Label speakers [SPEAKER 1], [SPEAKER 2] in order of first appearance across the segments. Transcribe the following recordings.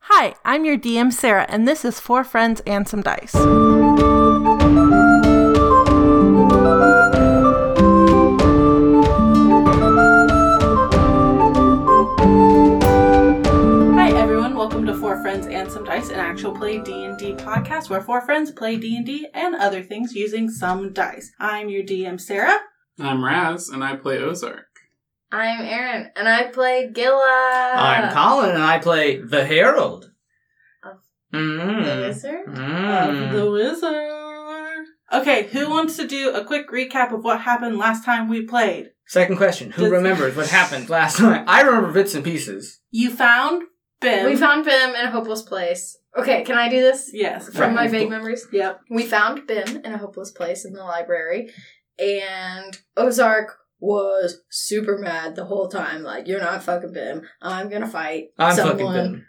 [SPEAKER 1] Hi, I'm your DM, Sarah, and this is Four Friends and Some Dice. Hi everyone, welcome to Four Friends and Some Dice, an actual play D&D podcast where four friends play D&D and other things using some dice. I'm your DM Sarah.
[SPEAKER 2] I'm Raz, and I play Ozark.
[SPEAKER 3] I'm Aaron, and I play Gilla.
[SPEAKER 1] Uh,
[SPEAKER 4] I'm Colin, and I play the Herald.
[SPEAKER 3] Of The
[SPEAKER 4] Mm.
[SPEAKER 3] wizard?
[SPEAKER 1] of the
[SPEAKER 4] Mm.
[SPEAKER 1] wizard. Okay, who wants to do a quick recap of what happened last time we played?
[SPEAKER 4] Second question: Who
[SPEAKER 1] Does-
[SPEAKER 4] remembers what happened last night? I remember bits and pieces.
[SPEAKER 1] You found Bim.
[SPEAKER 4] Hmm.
[SPEAKER 3] We found Bim in a hopeless place. Okay, can I do this
[SPEAKER 1] yes.
[SPEAKER 3] from my
[SPEAKER 4] Right.
[SPEAKER 3] vague memories?
[SPEAKER 1] Yep.
[SPEAKER 3] We found Bim in a hopeless place in the library, and Ozark was super mad the whole time. Like, you're not fucking Bim. I'm gonna fight
[SPEAKER 4] I'm
[SPEAKER 3] someone.
[SPEAKER 4] fucking Bim.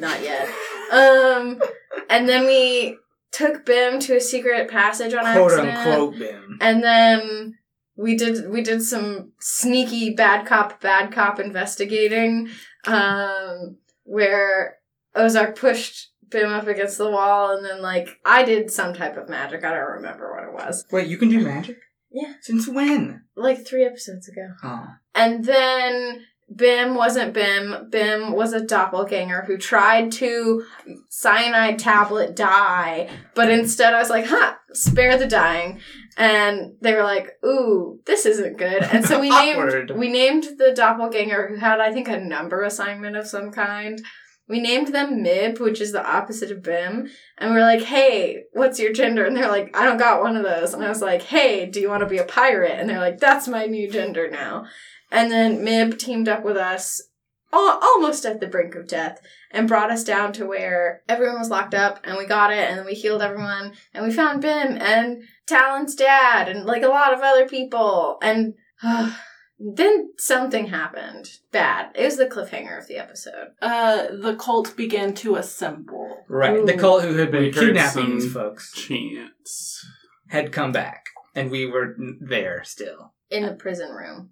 [SPEAKER 3] Not yet. Um, and then we took Bim to a secret passage on
[SPEAKER 4] quote
[SPEAKER 3] accident.
[SPEAKER 4] unquote Bim.
[SPEAKER 3] and then we did we did some sneaky bad cop bad cop investigating um where ozark pushed bim up against the wall and then like i did some type of magic i don't remember what it was
[SPEAKER 4] Wait, you can do magic?
[SPEAKER 3] Yeah.
[SPEAKER 4] Since when?
[SPEAKER 3] like three episodes ago
[SPEAKER 4] Oh.
[SPEAKER 3] and then bim wasn't bim bim was a doppelganger who tried to cyanide tablet die but instead i was like huh spare the dying and they were like ooh this isn't good and so we named
[SPEAKER 4] Awkward.
[SPEAKER 3] we named the doppelganger who had i think a number assignment of some kind we named them Mib, which is the opposite of Bim, and we were like, "Hey, what's your gender?" And they're like, "I don't got one of those." And I was like, "Hey, do you want to be a pirate?" And they're like, "That's my new gender now." And then Mib teamed up with us al- almost at the brink of death and brought us down to where everyone was locked up and we got it and we healed everyone and we found Bim and Talon's dad and like a lot of other people and uh, then something happened bad. It was the cliffhanger of the episode.
[SPEAKER 1] Uh, the cult began to assemble.
[SPEAKER 4] Right. The
[SPEAKER 3] Ooh.
[SPEAKER 4] cult who had been
[SPEAKER 2] We heard
[SPEAKER 4] kidnapping these
[SPEAKER 2] some-
[SPEAKER 4] folks
[SPEAKER 2] Chance.
[SPEAKER 4] had come back, and we were n- there still.
[SPEAKER 3] in the prison room.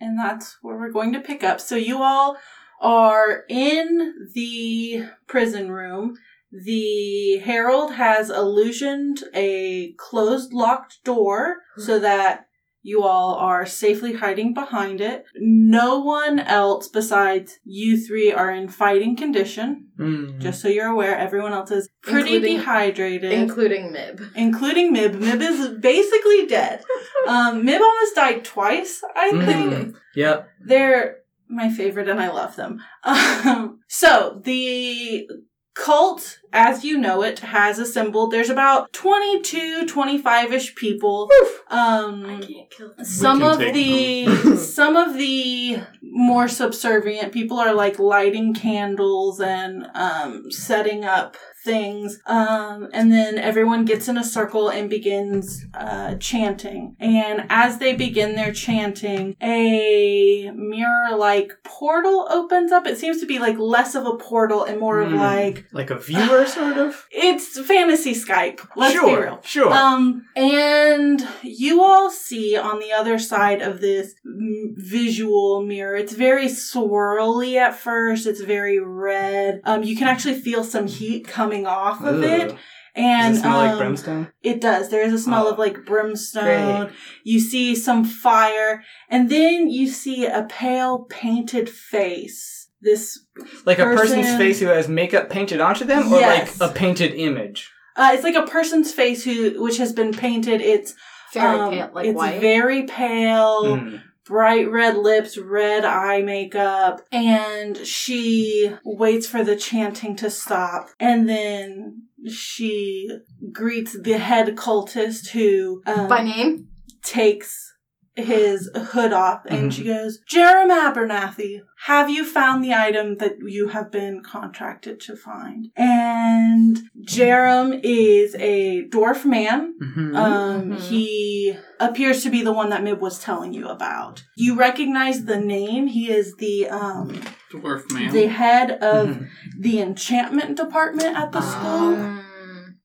[SPEAKER 1] And that's where we're going to pick up. So you all are in the prison room. The Herald has illusioned a closed locked door so that you all are safely hiding behind it. No one else besides you three are in fighting condition.
[SPEAKER 4] Mm.
[SPEAKER 1] Just so you're aware, everyone else is pretty
[SPEAKER 3] Including-
[SPEAKER 1] dehydrated
[SPEAKER 3] Including Mib.
[SPEAKER 1] including Mib. Mib is basically dead. Um, Mib almost died twice, I think.
[SPEAKER 4] Mm. Yep.
[SPEAKER 1] They're my favorite and I love them. Um, so the cult, as you know it, has assembled. There's about 22, 25 ish people.
[SPEAKER 3] I
[SPEAKER 1] Um,
[SPEAKER 3] can't kill them.
[SPEAKER 1] some
[SPEAKER 2] can
[SPEAKER 1] of
[SPEAKER 2] take
[SPEAKER 1] the
[SPEAKER 2] them.
[SPEAKER 1] some of the more subservient people are like lighting candles and um, setting up things um, and then everyone gets in a circle and begins uh, chanting and as they begin their chanting a mirror like portal opens up it seems to be like less of a portal and more of
[SPEAKER 2] Hmm.
[SPEAKER 4] Mm.
[SPEAKER 1] like
[SPEAKER 4] Like a viewer, sort of.
[SPEAKER 1] it's fantasy skype let's
[SPEAKER 4] sure.
[SPEAKER 1] be real
[SPEAKER 4] Sure.
[SPEAKER 1] um, and you all see on the other side of this m- visual mirror, it's very swirly at first. It's very red. Um, you can actually feel some heat coming off of
[SPEAKER 4] Ugh.
[SPEAKER 1] it. And
[SPEAKER 4] Does it smell
[SPEAKER 1] um,
[SPEAKER 4] like brimstone?
[SPEAKER 1] it does. There is a smell
[SPEAKER 4] Oh.
[SPEAKER 1] of like brimstone. You see some fire, and then you see a pale painted face. This
[SPEAKER 4] Like a
[SPEAKER 1] person-
[SPEAKER 4] person's face who has makeup painted onto them, or
[SPEAKER 1] Yes.
[SPEAKER 4] like a painted image.
[SPEAKER 1] uh, it's like a person's face who which has been painted. It's
[SPEAKER 3] Fairy
[SPEAKER 1] um,
[SPEAKER 3] pale, like
[SPEAKER 1] it's
[SPEAKER 3] white.
[SPEAKER 1] very pale.
[SPEAKER 4] Mm.
[SPEAKER 1] bright red lips, red eye makeup, and she waits for the chanting to stop. And then she greets the head cultist who um,
[SPEAKER 3] By name?
[SPEAKER 1] takes his hood off and
[SPEAKER 4] Mhm.
[SPEAKER 1] she goes, Jerem Abernathy, have you found the item that you have been contracted to find? And Jerem is a dwarf man
[SPEAKER 4] Mhm.
[SPEAKER 1] um,
[SPEAKER 3] Mhm.
[SPEAKER 1] he appears to be the one that Mib was telling you about. You recognize the name. He is the um,
[SPEAKER 2] Dwarf man.
[SPEAKER 1] the head of
[SPEAKER 4] Mhm.
[SPEAKER 1] the enchantment department at the school.
[SPEAKER 3] Um,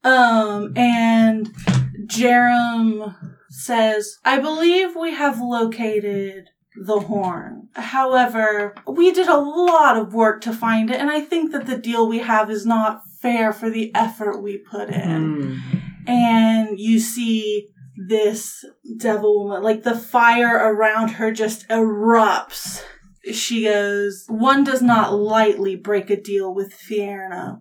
[SPEAKER 1] Um, and Jerem says, "I believe we have located the horn. However, we did a lot of work to find it, and I think that the deal we have is not fair for the effort we put in.
[SPEAKER 4] Hmm.
[SPEAKER 1] And you see this devil woman, like the fire around her just erupts. She goes, One does not lightly break a deal with Fierna.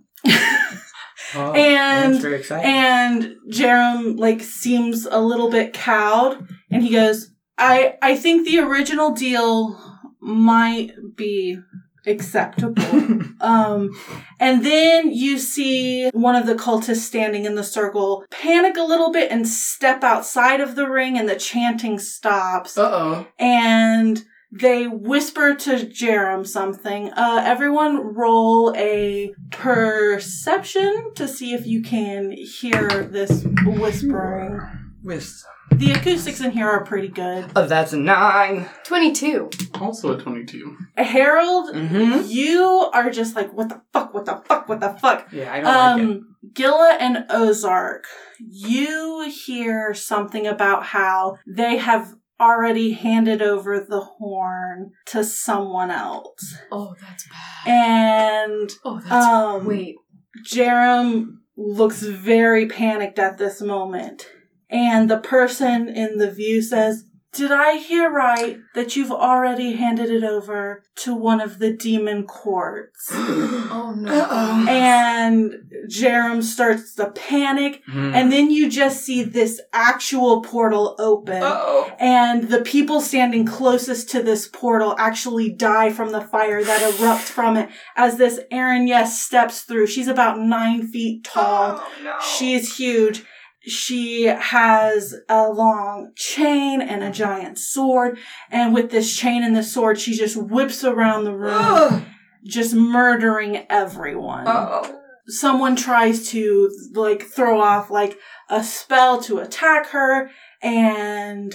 [SPEAKER 4] Oh,
[SPEAKER 1] And-
[SPEAKER 4] that's very exciting.
[SPEAKER 1] And Jerem like seems a little bit cowed, and he goes, "I I think the original deal might be acceptable." um, and then you see one of the cultists standing in the circle panic a little bit and step outside of the ring, and the chanting stops
[SPEAKER 2] Uh oh.
[SPEAKER 1] and they whisper to Jerem something. Uh, everyone roll a perception to see if you can hear this whispering.
[SPEAKER 4] Wisdom.
[SPEAKER 1] The acoustics in here are pretty good.
[SPEAKER 4] Oh, that's a nine.
[SPEAKER 3] 22.
[SPEAKER 2] Also a 22.
[SPEAKER 1] Harold,
[SPEAKER 4] Mm-hmm.
[SPEAKER 1] you are just like, what the fuck, what the fuck, what the fuck.
[SPEAKER 4] Yeah, I don't like it.
[SPEAKER 1] Um, Gilla and Ozark, you hear something about how they have already handed over the horn to someone else.
[SPEAKER 3] Oh, that's bad.
[SPEAKER 1] And
[SPEAKER 3] Oh, that's
[SPEAKER 1] um
[SPEAKER 3] Wait.
[SPEAKER 1] Jerem looks very panicked at this moment. And the person in the view says, "Did I hear right that you've already handed it over to one of the demon courts?" Um,
[SPEAKER 3] Oh no.
[SPEAKER 4] Uh-oh.
[SPEAKER 1] And Jerem starts to panic,
[SPEAKER 4] Hmm.
[SPEAKER 3] Mm.
[SPEAKER 1] and then you just see this actual portal open.
[SPEAKER 4] oh.
[SPEAKER 1] And the people standing closest to this portal actually die from the fire that erupts from it as this Erin Yes steps through. She's about nine feet tall.
[SPEAKER 4] Oh, no.
[SPEAKER 1] She is huge. She has a long chain and a giant sword. And with this chain and this sword, she just whips around the room,
[SPEAKER 4] Oh.
[SPEAKER 1] just murdering everyone
[SPEAKER 4] Oh.
[SPEAKER 1] someone tries to like throw off like a spell to attack her and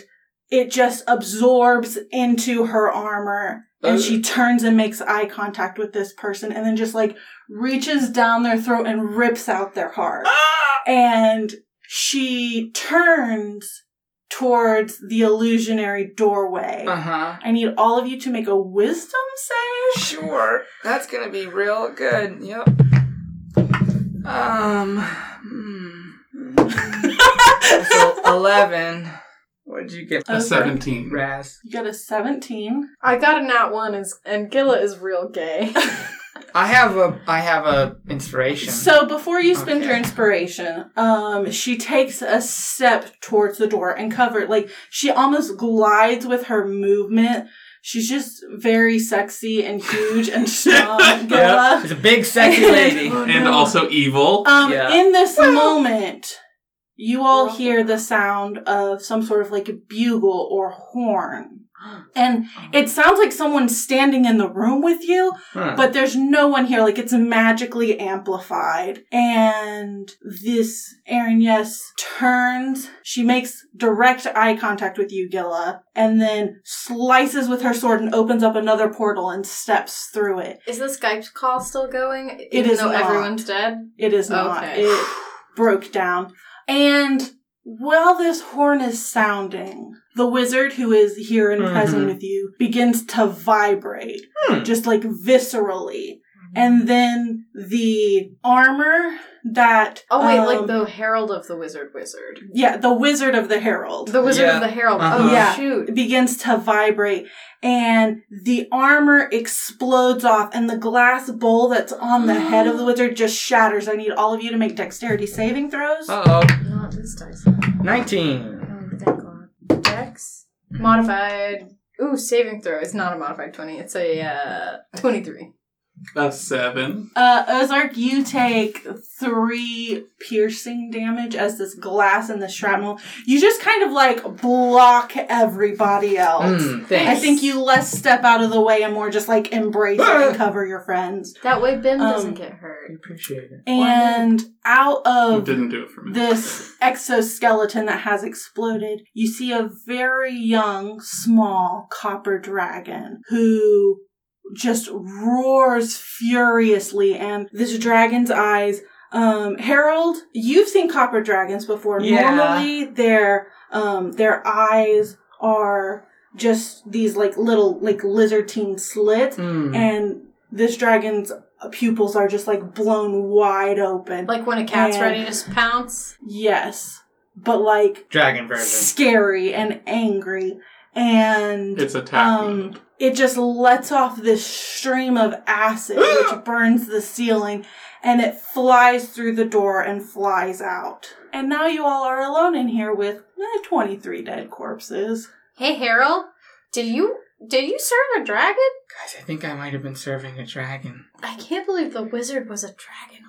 [SPEAKER 1] it just absorbs into her armor and she turns and makes eye contact with this person and then just like reaches down their throat and rips out their heart
[SPEAKER 4] Ah.
[SPEAKER 1] and she turns towards the illusionary doorway
[SPEAKER 4] Uh-huh.
[SPEAKER 1] i need all of you to make a wisdom save
[SPEAKER 4] Sure. That's gonna be real good. Yep. Um. hmm. so eleven. What did you get,
[SPEAKER 2] A
[SPEAKER 1] Okay.
[SPEAKER 2] 17.
[SPEAKER 4] Raz?
[SPEAKER 1] you got a 17
[SPEAKER 3] I got a nat one, and, and Gilla is real gay.
[SPEAKER 4] I have a. I have a inspiration.
[SPEAKER 1] So before you spend
[SPEAKER 4] Okay.
[SPEAKER 1] your inspiration, um, she takes a step towards the door and cover like she almost glides with her movement. She's just very sexy and huge and strong.
[SPEAKER 4] yeah,
[SPEAKER 1] Gilla.
[SPEAKER 4] she's a big sexy lady.
[SPEAKER 1] Oh,
[SPEAKER 2] And
[SPEAKER 1] no.
[SPEAKER 2] also evil.
[SPEAKER 1] Um,
[SPEAKER 4] Yeah.
[SPEAKER 1] in this moment, you all hear the sound of some sort of like bugle or horn. And
[SPEAKER 4] Uh-huh.
[SPEAKER 1] it sounds like someone's standing in the room with you,
[SPEAKER 4] Huh.
[SPEAKER 1] but there's no one here. Like it's magically amplified. And this Erin Yes turns. She makes direct eye contact with you, Gilla, and then slices with her sword and opens up another portal and steps through it.
[SPEAKER 3] is the Skype call still going? It
[SPEAKER 1] even is though
[SPEAKER 3] though
[SPEAKER 1] not. everyone's
[SPEAKER 3] everyone's dead.
[SPEAKER 1] It is not.
[SPEAKER 3] Okay.
[SPEAKER 1] It broke down. And while this horn is sounding, the wizard who is here and present
[SPEAKER 4] Mhm.
[SPEAKER 1] with you begins to vibrate,
[SPEAKER 4] Hmm.
[SPEAKER 1] just like viscerally. And then the armor that
[SPEAKER 3] Oh wait,
[SPEAKER 1] um,
[SPEAKER 3] like the Herald of the Wizard Wizard.
[SPEAKER 1] yeah the wizard of the herald
[SPEAKER 3] The Wizard
[SPEAKER 4] Yeah.
[SPEAKER 3] of the Herald.
[SPEAKER 4] Uh-huh.
[SPEAKER 3] Oh
[SPEAKER 1] Yeah.
[SPEAKER 3] shoot.
[SPEAKER 1] begins to vibrate and the armor explodes off and the glass bowl that's on the head of the wizard just shatters. I need all of you to make dexterity saving throws.
[SPEAKER 4] Uh oh.
[SPEAKER 3] Not this dice.
[SPEAKER 4] Nineteen.
[SPEAKER 3] Oh, thank God. Dex. Modified. Ooh, saving throw. It's not a modified 20. It's a uh, 23. Oh.
[SPEAKER 2] A 7.
[SPEAKER 1] Uh, Ozark, you take three piercing damage as this glass and the shrapnel. You just kind of like block everybody else.
[SPEAKER 4] Mm,
[SPEAKER 1] I
[SPEAKER 4] thanks.
[SPEAKER 1] think you less step out of the way and more just like embrace and cover your friends.
[SPEAKER 3] That way Bim
[SPEAKER 1] Um,
[SPEAKER 3] doesn't get hurt.
[SPEAKER 4] appreciate it.
[SPEAKER 1] And out
[SPEAKER 2] Who
[SPEAKER 1] of
[SPEAKER 2] didn't do it for me.
[SPEAKER 1] this exoskeleton that has exploded, you see a very young, small copper dragon who just roars furiously. And this dragon's eyes, um, Harold, you've seen copper dragons before.
[SPEAKER 4] Yeah.
[SPEAKER 1] Normally, their um, their eyes are just these like little like lizardine slits,
[SPEAKER 4] Hmm. Mm-hmm.
[SPEAKER 1] and this dragon's pupils are just like blown wide open.
[SPEAKER 5] Like when a cat's
[SPEAKER 1] And-
[SPEAKER 5] ready to s- pounce.
[SPEAKER 1] yes, but like
[SPEAKER 4] Dragon version.
[SPEAKER 1] scary and angry, and
[SPEAKER 2] It's attack
[SPEAKER 1] um,
[SPEAKER 2] mode.
[SPEAKER 1] it just lets off this stream of acid, which burns the ceiling, and it flies through the door and flies out. And now you all are alone in here with eh, 23 dead corpses.
[SPEAKER 5] Hey Harold, did you did you serve a dragon?
[SPEAKER 4] Guys, I think I might have been serving a dragon.
[SPEAKER 5] I can't believe the wizard was a dragon.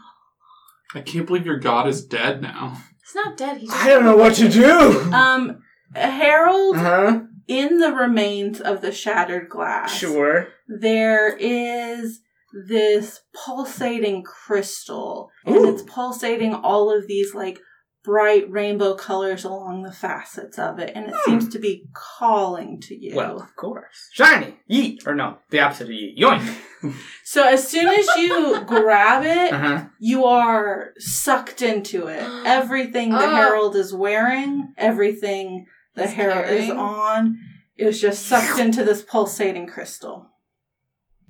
[SPEAKER 2] I can't believe your god is dead now.
[SPEAKER 5] He's not dead. He's
[SPEAKER 4] I don't know what to do. Uh-huh.
[SPEAKER 1] Um, Harold,
[SPEAKER 4] huh.
[SPEAKER 1] in the remains of the shattered glass,
[SPEAKER 4] Sure.
[SPEAKER 1] there is this pulsating crystal,
[SPEAKER 4] Ooh.
[SPEAKER 1] and it's pulsating all of these like bright rainbow colors along the facets of it, and it
[SPEAKER 3] Hmm.
[SPEAKER 1] seems to be calling to you.
[SPEAKER 4] Well, of course. Shiny. Yeet. Or no, the opposite of yeet. Yoink.
[SPEAKER 1] So as soon as you grab
[SPEAKER 4] Uh
[SPEAKER 3] Uh-huh.
[SPEAKER 1] it,
[SPEAKER 4] huh.
[SPEAKER 1] you are sucked into it. Everything the
[SPEAKER 3] Oh.
[SPEAKER 1] herald is wearing, everything the
[SPEAKER 3] He's
[SPEAKER 1] herald is
[SPEAKER 3] carrying.
[SPEAKER 1] on, is just sucked into this pulsating crystal.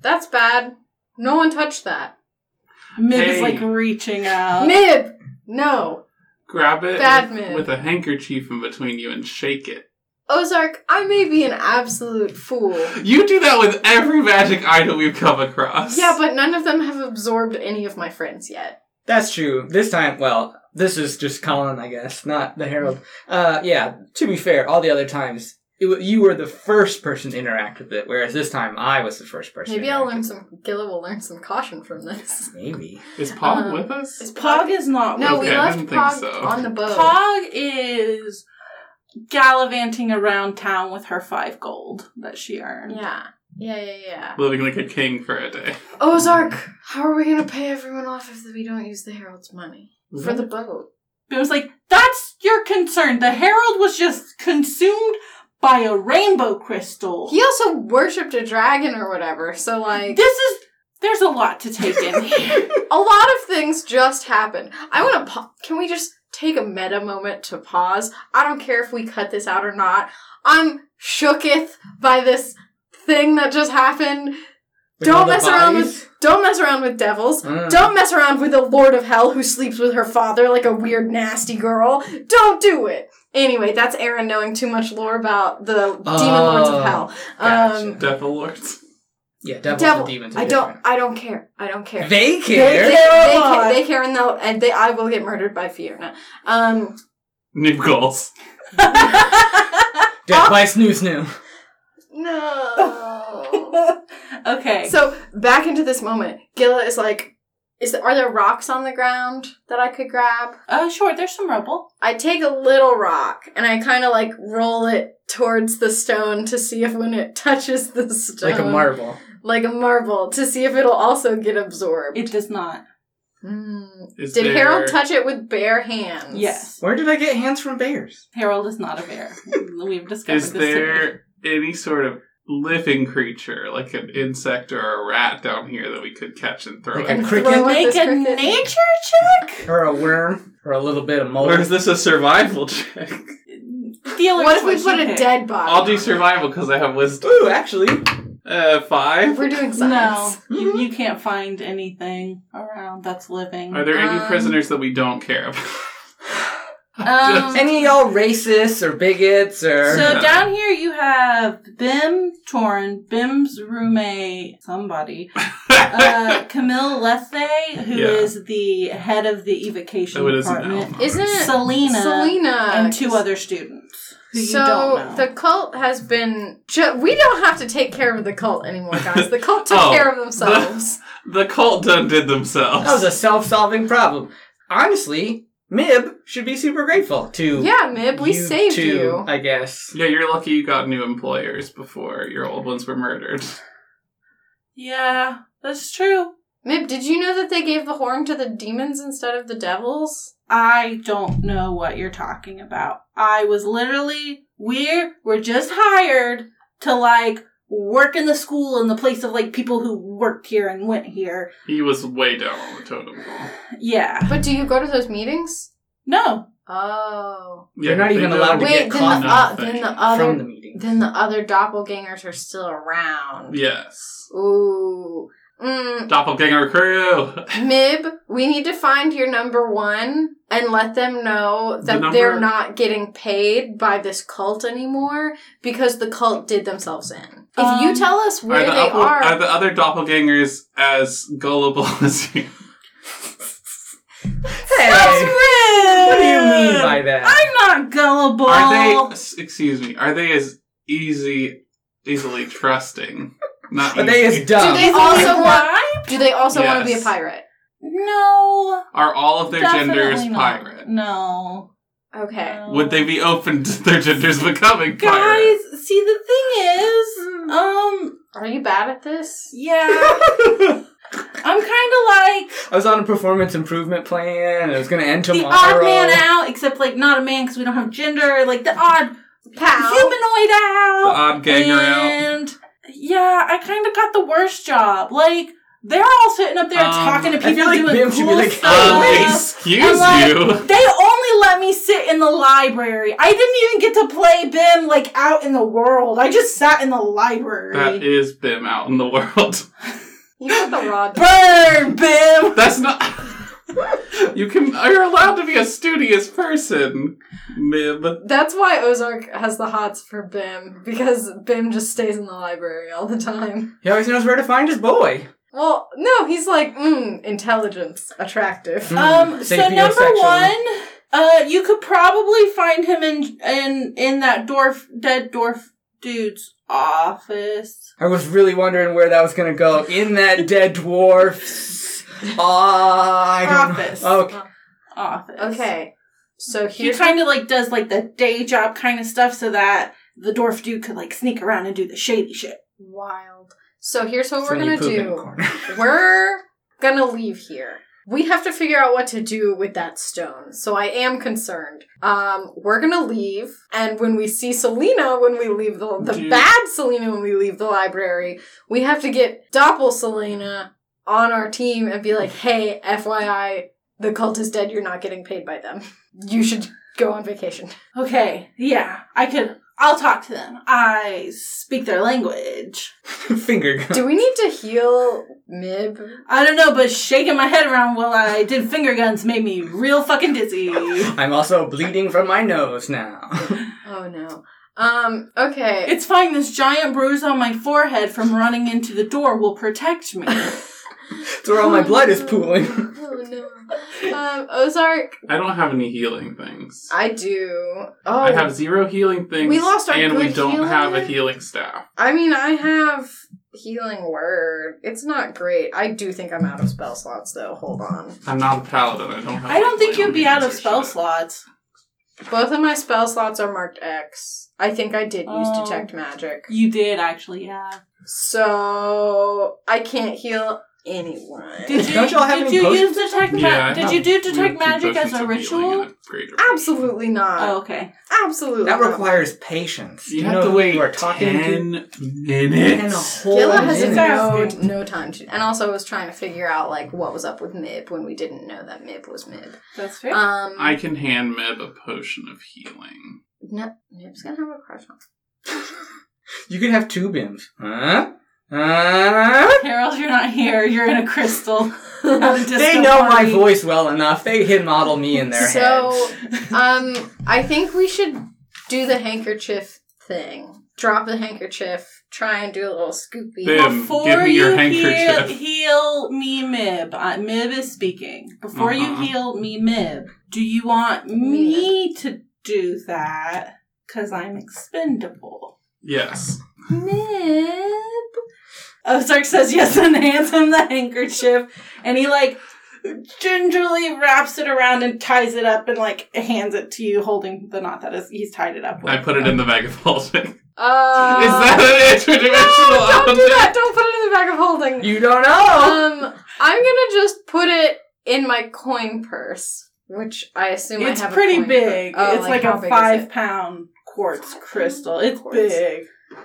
[SPEAKER 3] That's bad. No one touched that.
[SPEAKER 1] Mib is
[SPEAKER 2] Hey.
[SPEAKER 1] like reaching
[SPEAKER 5] Uh,
[SPEAKER 1] out.
[SPEAKER 3] Mib! No.
[SPEAKER 2] Grab it
[SPEAKER 3] Bad
[SPEAKER 2] with,
[SPEAKER 3] move.
[SPEAKER 2] with a handkerchief in between you and shake it.
[SPEAKER 3] Ozark, I may be an absolute fool.
[SPEAKER 2] You do that with every magic item we've come across.
[SPEAKER 3] Yeah, but none of them have absorbed any of my friends yet.
[SPEAKER 4] That's true. This time, well, this is just Colin, I guess, not the Herald. Uh, yeah. To be fair, all the other times it, wa- you were the first person to interact with it, whereas this time I was the first person. to
[SPEAKER 3] Maybe I'll
[SPEAKER 4] interact
[SPEAKER 3] learn some. Gilla will learn some caution from this.
[SPEAKER 4] with it. Maybe.
[SPEAKER 2] is Pog
[SPEAKER 3] Um,
[SPEAKER 2] with us?
[SPEAKER 3] Is
[SPEAKER 1] Pog is not.
[SPEAKER 3] No,
[SPEAKER 1] with
[SPEAKER 2] Okay,
[SPEAKER 3] we
[SPEAKER 2] I
[SPEAKER 3] left
[SPEAKER 2] didn't think
[SPEAKER 3] Pog
[SPEAKER 2] so.
[SPEAKER 3] on the boat.
[SPEAKER 1] Pog is gallivanting around town with her five gold that she earned.
[SPEAKER 3] Yeah. Yeah, yeah, yeah.
[SPEAKER 2] Living like a king for a day.
[SPEAKER 3] Ozark, how are we gonna pay everyone off if we don't use the Herald's money? For the boat.
[SPEAKER 1] It was like, that's your concern. The herald was just consumed by a rainbow crystal.
[SPEAKER 3] He also worshipped a dragon or whatever, so like
[SPEAKER 1] This is. There's a lot to take in here.
[SPEAKER 3] a lot of things just happened. I wanna pa- can we just take a meta moment to pause? I don't care if we cut this out or not. I'm shooketh by this thing that just happened.
[SPEAKER 4] With
[SPEAKER 3] Don't
[SPEAKER 4] all the
[SPEAKER 3] mess around
[SPEAKER 4] bodies?
[SPEAKER 3] with don't mess around with devils.
[SPEAKER 4] Mm.
[SPEAKER 3] Don't mess around with the Lord of Hell who sleeps with her father like a weird, nasty girl. Don't do it. Anyway, that's Aaron knowing too much lore about the demon lords of hell.
[SPEAKER 4] Oh, gotcha.
[SPEAKER 3] Um,
[SPEAKER 2] Devil lords.
[SPEAKER 4] Yeah, devils
[SPEAKER 3] devil.
[SPEAKER 4] and demons. Are
[SPEAKER 3] I don't. I don't care. I don't care.
[SPEAKER 4] different. They
[SPEAKER 3] They,
[SPEAKER 4] care.
[SPEAKER 3] they,
[SPEAKER 1] They're
[SPEAKER 3] ca-
[SPEAKER 1] alive.
[SPEAKER 3] they care, and they'll, and they. I will get murdered by Fiona. Um,
[SPEAKER 2] New goals.
[SPEAKER 3] Ah!
[SPEAKER 4] Death by snoo snoo.
[SPEAKER 3] no.
[SPEAKER 1] okay.
[SPEAKER 3] so back into this moment, Gilla is like, "Is there, are there rocks on the ground that I could grab?"
[SPEAKER 1] uh, sure, there's some rubble.
[SPEAKER 3] I take a little rock and I kind of like roll it towards the stone to see if when it touches the stone,
[SPEAKER 4] Like a marble.
[SPEAKER 3] like a marble, to see if it'll also get absorbed.
[SPEAKER 1] It does not.
[SPEAKER 3] Hmm.
[SPEAKER 2] Is
[SPEAKER 3] Did
[SPEAKER 2] there-
[SPEAKER 3] Harold touch it with bare hands?
[SPEAKER 1] Yes.
[SPEAKER 4] Where did I get hands from bears?
[SPEAKER 1] Harold is not a bear. We've discovered
[SPEAKER 2] Is
[SPEAKER 1] this. today.
[SPEAKER 2] there any sort of living creature, like an insect or a rat down here that we could catch and throw
[SPEAKER 4] Like a
[SPEAKER 2] in?
[SPEAKER 4] cricket?
[SPEAKER 3] Throw it
[SPEAKER 1] Make
[SPEAKER 3] this
[SPEAKER 1] a
[SPEAKER 3] cricket.
[SPEAKER 1] nature check?
[SPEAKER 4] Or a worm? Or a little bit of mold?
[SPEAKER 2] Or is this a survival check?
[SPEAKER 1] Dealer's
[SPEAKER 3] What if we
[SPEAKER 1] choice,
[SPEAKER 3] put
[SPEAKER 1] you
[SPEAKER 3] a
[SPEAKER 1] pick.
[SPEAKER 3] dead body?
[SPEAKER 2] I'll do
[SPEAKER 3] on
[SPEAKER 2] survival because I have wisdom.
[SPEAKER 4] Ooh, actually.
[SPEAKER 2] Uh,
[SPEAKER 3] it?
[SPEAKER 2] five.
[SPEAKER 3] We're doing
[SPEAKER 1] No,
[SPEAKER 3] science.
[SPEAKER 1] you, you can't find anything around that's living.
[SPEAKER 2] Are there any
[SPEAKER 3] Um,
[SPEAKER 2] prisoners that we don't care about?
[SPEAKER 1] Um,
[SPEAKER 4] Any of y'all racists or bigots or.
[SPEAKER 1] So down here you have Bim Torin, Bim's roommate, somebody, uh, Camille Lethe, who
[SPEAKER 2] Yeah.
[SPEAKER 1] is the head of the evocation
[SPEAKER 2] oh, it is an
[SPEAKER 1] department,
[SPEAKER 2] elf.
[SPEAKER 3] Isn't it
[SPEAKER 1] Selena,
[SPEAKER 3] Selena
[SPEAKER 1] and two other students who
[SPEAKER 3] so
[SPEAKER 1] you don't know.
[SPEAKER 3] the cult has been. Ju- we don't have to take care of the cult anymore, guys. The cult took
[SPEAKER 2] Oh.
[SPEAKER 3] care of themselves.
[SPEAKER 2] The cult done did themselves.
[SPEAKER 4] That was a self solving problem. Honestly, Mib should be super grateful to.
[SPEAKER 3] yeah, Mib, we
[SPEAKER 4] you
[SPEAKER 3] saved
[SPEAKER 4] two,
[SPEAKER 3] you.
[SPEAKER 4] I guess.
[SPEAKER 2] yeah, you're lucky you got new employers before your old ones were murdered.
[SPEAKER 1] yeah, that's true.
[SPEAKER 3] Mib, did you know that they gave the horn to the demons instead of the devils?
[SPEAKER 1] I don't know what you're talking about. I was literally we were just hired to like work in the school in the place of like people who worked here and went here.
[SPEAKER 2] He was way down on the totem pole.
[SPEAKER 1] Yeah.
[SPEAKER 3] But do you go to those meetings?
[SPEAKER 1] No,
[SPEAKER 3] Oh.
[SPEAKER 4] You're not
[SPEAKER 2] they
[SPEAKER 4] even
[SPEAKER 2] don't
[SPEAKER 4] allowed to
[SPEAKER 3] Wait,
[SPEAKER 4] get
[SPEAKER 3] then
[SPEAKER 4] caught
[SPEAKER 3] the, uh,
[SPEAKER 2] nothing.
[SPEAKER 3] then the other
[SPEAKER 4] from the meeting.
[SPEAKER 3] then the other doppelgangers are still around.
[SPEAKER 2] Yes.
[SPEAKER 3] Ooh. Mm,
[SPEAKER 2] Doppelganger crew.
[SPEAKER 3] Mib, we need to find your number one and let them know
[SPEAKER 2] The
[SPEAKER 3] that
[SPEAKER 2] number-
[SPEAKER 3] they're not getting paid by this cult anymore because the cult did themselves in. If you
[SPEAKER 1] Um,
[SPEAKER 3] tell us where
[SPEAKER 2] are, the
[SPEAKER 3] they
[SPEAKER 2] upper-
[SPEAKER 3] are,
[SPEAKER 2] are the other doppelgangers as gullible as you?
[SPEAKER 4] Hey, what do you mean by that?
[SPEAKER 1] I'm not gullible.
[SPEAKER 2] Are they? Excuse me. Are they as easy, easily trusting? Not
[SPEAKER 4] Are they
[SPEAKER 2] easy.
[SPEAKER 4] as dumb?
[SPEAKER 3] Do they-
[SPEAKER 1] also
[SPEAKER 3] also
[SPEAKER 1] want?
[SPEAKER 3] do they also want to be a
[SPEAKER 2] Yes.
[SPEAKER 3] pirate?
[SPEAKER 1] No.
[SPEAKER 2] Are all of their
[SPEAKER 1] definitely
[SPEAKER 2] genders
[SPEAKER 1] not.
[SPEAKER 2] pirate?
[SPEAKER 1] No.
[SPEAKER 3] Okay.
[SPEAKER 1] No.
[SPEAKER 2] Would they be open to their genders becoming pirate?
[SPEAKER 1] Guys, see the thing
[SPEAKER 3] Hmm.
[SPEAKER 1] is, um,
[SPEAKER 3] Are you bad at this?
[SPEAKER 1] yeah, I'm kind of like
[SPEAKER 4] I was on a performance improvement plan. It was going to end
[SPEAKER 1] the
[SPEAKER 4] tomorrow.
[SPEAKER 1] odd man out, except like not a man because we don't have gender. Like the odd
[SPEAKER 3] Pal.
[SPEAKER 1] humanoid out.
[SPEAKER 2] The odd ganger out.
[SPEAKER 1] and yeah, I kind of got the worst job. Like they're all sitting up there
[SPEAKER 2] Um,
[SPEAKER 1] talking to
[SPEAKER 4] I
[SPEAKER 1] people
[SPEAKER 4] feel like
[SPEAKER 1] doing
[SPEAKER 4] Bim should be
[SPEAKER 1] cool
[SPEAKER 4] like,
[SPEAKER 1] stuff.
[SPEAKER 4] "Oh,
[SPEAKER 2] Um,
[SPEAKER 4] Yes.
[SPEAKER 2] excuse
[SPEAKER 1] like-
[SPEAKER 2] you.
[SPEAKER 1] They only let me sit in the library. I didn't even get to play Bim like out in the world. I just sat in the
[SPEAKER 2] That
[SPEAKER 1] library.
[SPEAKER 2] is Bim out in the world.
[SPEAKER 3] You got the raw dog.
[SPEAKER 1] Burn, Bim.
[SPEAKER 2] That's not. you can. You're allowed to be a studious person, Mib.
[SPEAKER 3] That's why Ozark has the hots for Bim because Bim just stays in the library all the time.
[SPEAKER 4] He always knows where to find his boy.
[SPEAKER 3] Well, no, he's like, mm, intelligence, attractive.
[SPEAKER 1] Um. So
[SPEAKER 4] Sapiosexual.
[SPEAKER 1] number one, uh, you could probably find him in in in that dwarf dead dwarf dude's office.
[SPEAKER 4] I was really wondering where that was going to go. In that dead dwarf's Ah, I don't
[SPEAKER 1] Office.
[SPEAKER 4] know. Okay.
[SPEAKER 1] Office.
[SPEAKER 2] Mm.
[SPEAKER 3] Okay, so
[SPEAKER 1] He
[SPEAKER 3] here's
[SPEAKER 1] kind of like does like the day job kind of stuff so that the dwarf dude could like sneak around and do the shady shit.
[SPEAKER 3] wild. So here's what
[SPEAKER 4] It's
[SPEAKER 3] we're
[SPEAKER 4] when you
[SPEAKER 3] gonna
[SPEAKER 4] poop in the
[SPEAKER 3] do.
[SPEAKER 4] corner.
[SPEAKER 3] we're gonna leave here. We have to figure out what to do with that stone. So I am concerned. Um, we're gonna leave, and when we see Selena, when we leave the the
[SPEAKER 2] Dude.
[SPEAKER 3] bad Selena, when we leave the library, we have to get Doppel Selena on our team and be like, "Hey, FYI, the cult is dead. You're not getting paid by them. You should go on vacation."
[SPEAKER 1] Okay, yeah, I could. I'll talk to them. I speak their language.
[SPEAKER 4] Finger gun.
[SPEAKER 3] Do we need to heal Mib?
[SPEAKER 1] I don't know, but shaking my head around while I did finger guns made me real fucking dizzy.
[SPEAKER 4] I'm also bleeding from my nose now.
[SPEAKER 3] Oh no. Um. Okay.
[SPEAKER 1] It's fine. This giant bruise on my forehead from running into the door will protect me.
[SPEAKER 4] It's where all my blood is pooling.
[SPEAKER 3] oh no. Um, Ozark,
[SPEAKER 2] I don't have any healing things. I,
[SPEAKER 3] I do. Oh,
[SPEAKER 2] have zero healing things.
[SPEAKER 3] We lost our
[SPEAKER 2] and we
[SPEAKER 3] good
[SPEAKER 2] don't
[SPEAKER 3] healer.
[SPEAKER 2] have a healing staff.
[SPEAKER 3] I mean, I have healing word. It's not great. I do think I'm out of spell slots though. Hold on.
[SPEAKER 2] I'm not a paladin. I don't have.
[SPEAKER 1] I don't think
[SPEAKER 2] healing
[SPEAKER 1] you'd be out of
[SPEAKER 2] or
[SPEAKER 1] spell
[SPEAKER 2] shit.
[SPEAKER 1] slots.
[SPEAKER 3] Both of my spell slots are marked X. I think I did use
[SPEAKER 1] Oh.
[SPEAKER 3] detect magic.
[SPEAKER 1] You did actually, yeah.
[SPEAKER 3] So, I can't heal anyone.
[SPEAKER 1] Did you,
[SPEAKER 4] Don't y'all have
[SPEAKER 1] did
[SPEAKER 4] any
[SPEAKER 1] you
[SPEAKER 4] potions?
[SPEAKER 1] use detect ma-
[SPEAKER 2] Yeah, I
[SPEAKER 1] Did
[SPEAKER 2] have
[SPEAKER 1] you do
[SPEAKER 2] We have two
[SPEAKER 1] detect magic as
[SPEAKER 2] potions
[SPEAKER 1] a
[SPEAKER 2] of healing
[SPEAKER 1] ritual?
[SPEAKER 2] and a greater
[SPEAKER 3] Absolutely
[SPEAKER 1] Oh,
[SPEAKER 3] not.
[SPEAKER 1] okay.
[SPEAKER 3] Absolutely.
[SPEAKER 4] That
[SPEAKER 3] not.
[SPEAKER 4] requires patience. Do
[SPEAKER 2] You
[SPEAKER 4] know
[SPEAKER 2] have to
[SPEAKER 4] who
[SPEAKER 2] wait
[SPEAKER 4] You are talking to
[SPEAKER 2] ten
[SPEAKER 4] and a
[SPEAKER 2] minutes.
[SPEAKER 4] whole
[SPEAKER 3] Gilla has
[SPEAKER 4] minute.
[SPEAKER 3] no, no time to, and also was trying to figure out like what was up with Mib when we didn't know that Mib was Mib.
[SPEAKER 1] That's fair.
[SPEAKER 3] Um,
[SPEAKER 2] I can hand Mib a potion of healing.
[SPEAKER 3] no, Mib's gonna have a crush on.
[SPEAKER 4] You could have two bims. Huh? Huh?
[SPEAKER 1] Harold, you're not here. You're in a crystal.
[SPEAKER 4] They know my voice well enough. They hid model me in their
[SPEAKER 3] So,
[SPEAKER 4] heads.
[SPEAKER 3] um, I think we should do the handkerchief thing. Drop the handkerchief. Try and do a little scoopy.
[SPEAKER 2] Bim.
[SPEAKER 1] Before
[SPEAKER 2] Give me your
[SPEAKER 1] you heal,
[SPEAKER 2] handkerchief.
[SPEAKER 1] heal me, Mib. Uh, Mib is speaking. Before
[SPEAKER 2] Uh-huh.
[SPEAKER 1] you heal me, Mib, do you want me to do that? Because I'm expendable.
[SPEAKER 2] Yes.
[SPEAKER 1] Mib. Ozark says yes and hands him the handkerchief, and he like gingerly wraps it around and ties it up and like hands it to you, holding the knot that is he's tied it up with.
[SPEAKER 2] I put it in the bag of holding.
[SPEAKER 3] Uh,
[SPEAKER 2] Is that an interdimensional
[SPEAKER 3] no, don't do
[SPEAKER 2] object?
[SPEAKER 3] that. Don't put it in the bag of holding.
[SPEAKER 4] You don't know.
[SPEAKER 1] uh,
[SPEAKER 3] Um, I'm gonna just put it in my coin purse, which I assume I
[SPEAKER 1] It's
[SPEAKER 3] have a
[SPEAKER 1] pretty
[SPEAKER 3] coin
[SPEAKER 1] big.
[SPEAKER 3] pur- Oh,
[SPEAKER 1] it's like,
[SPEAKER 3] how
[SPEAKER 1] a
[SPEAKER 3] big is
[SPEAKER 1] five
[SPEAKER 3] it?
[SPEAKER 1] pound quartz crystal. It's
[SPEAKER 3] Quartz.
[SPEAKER 1] big.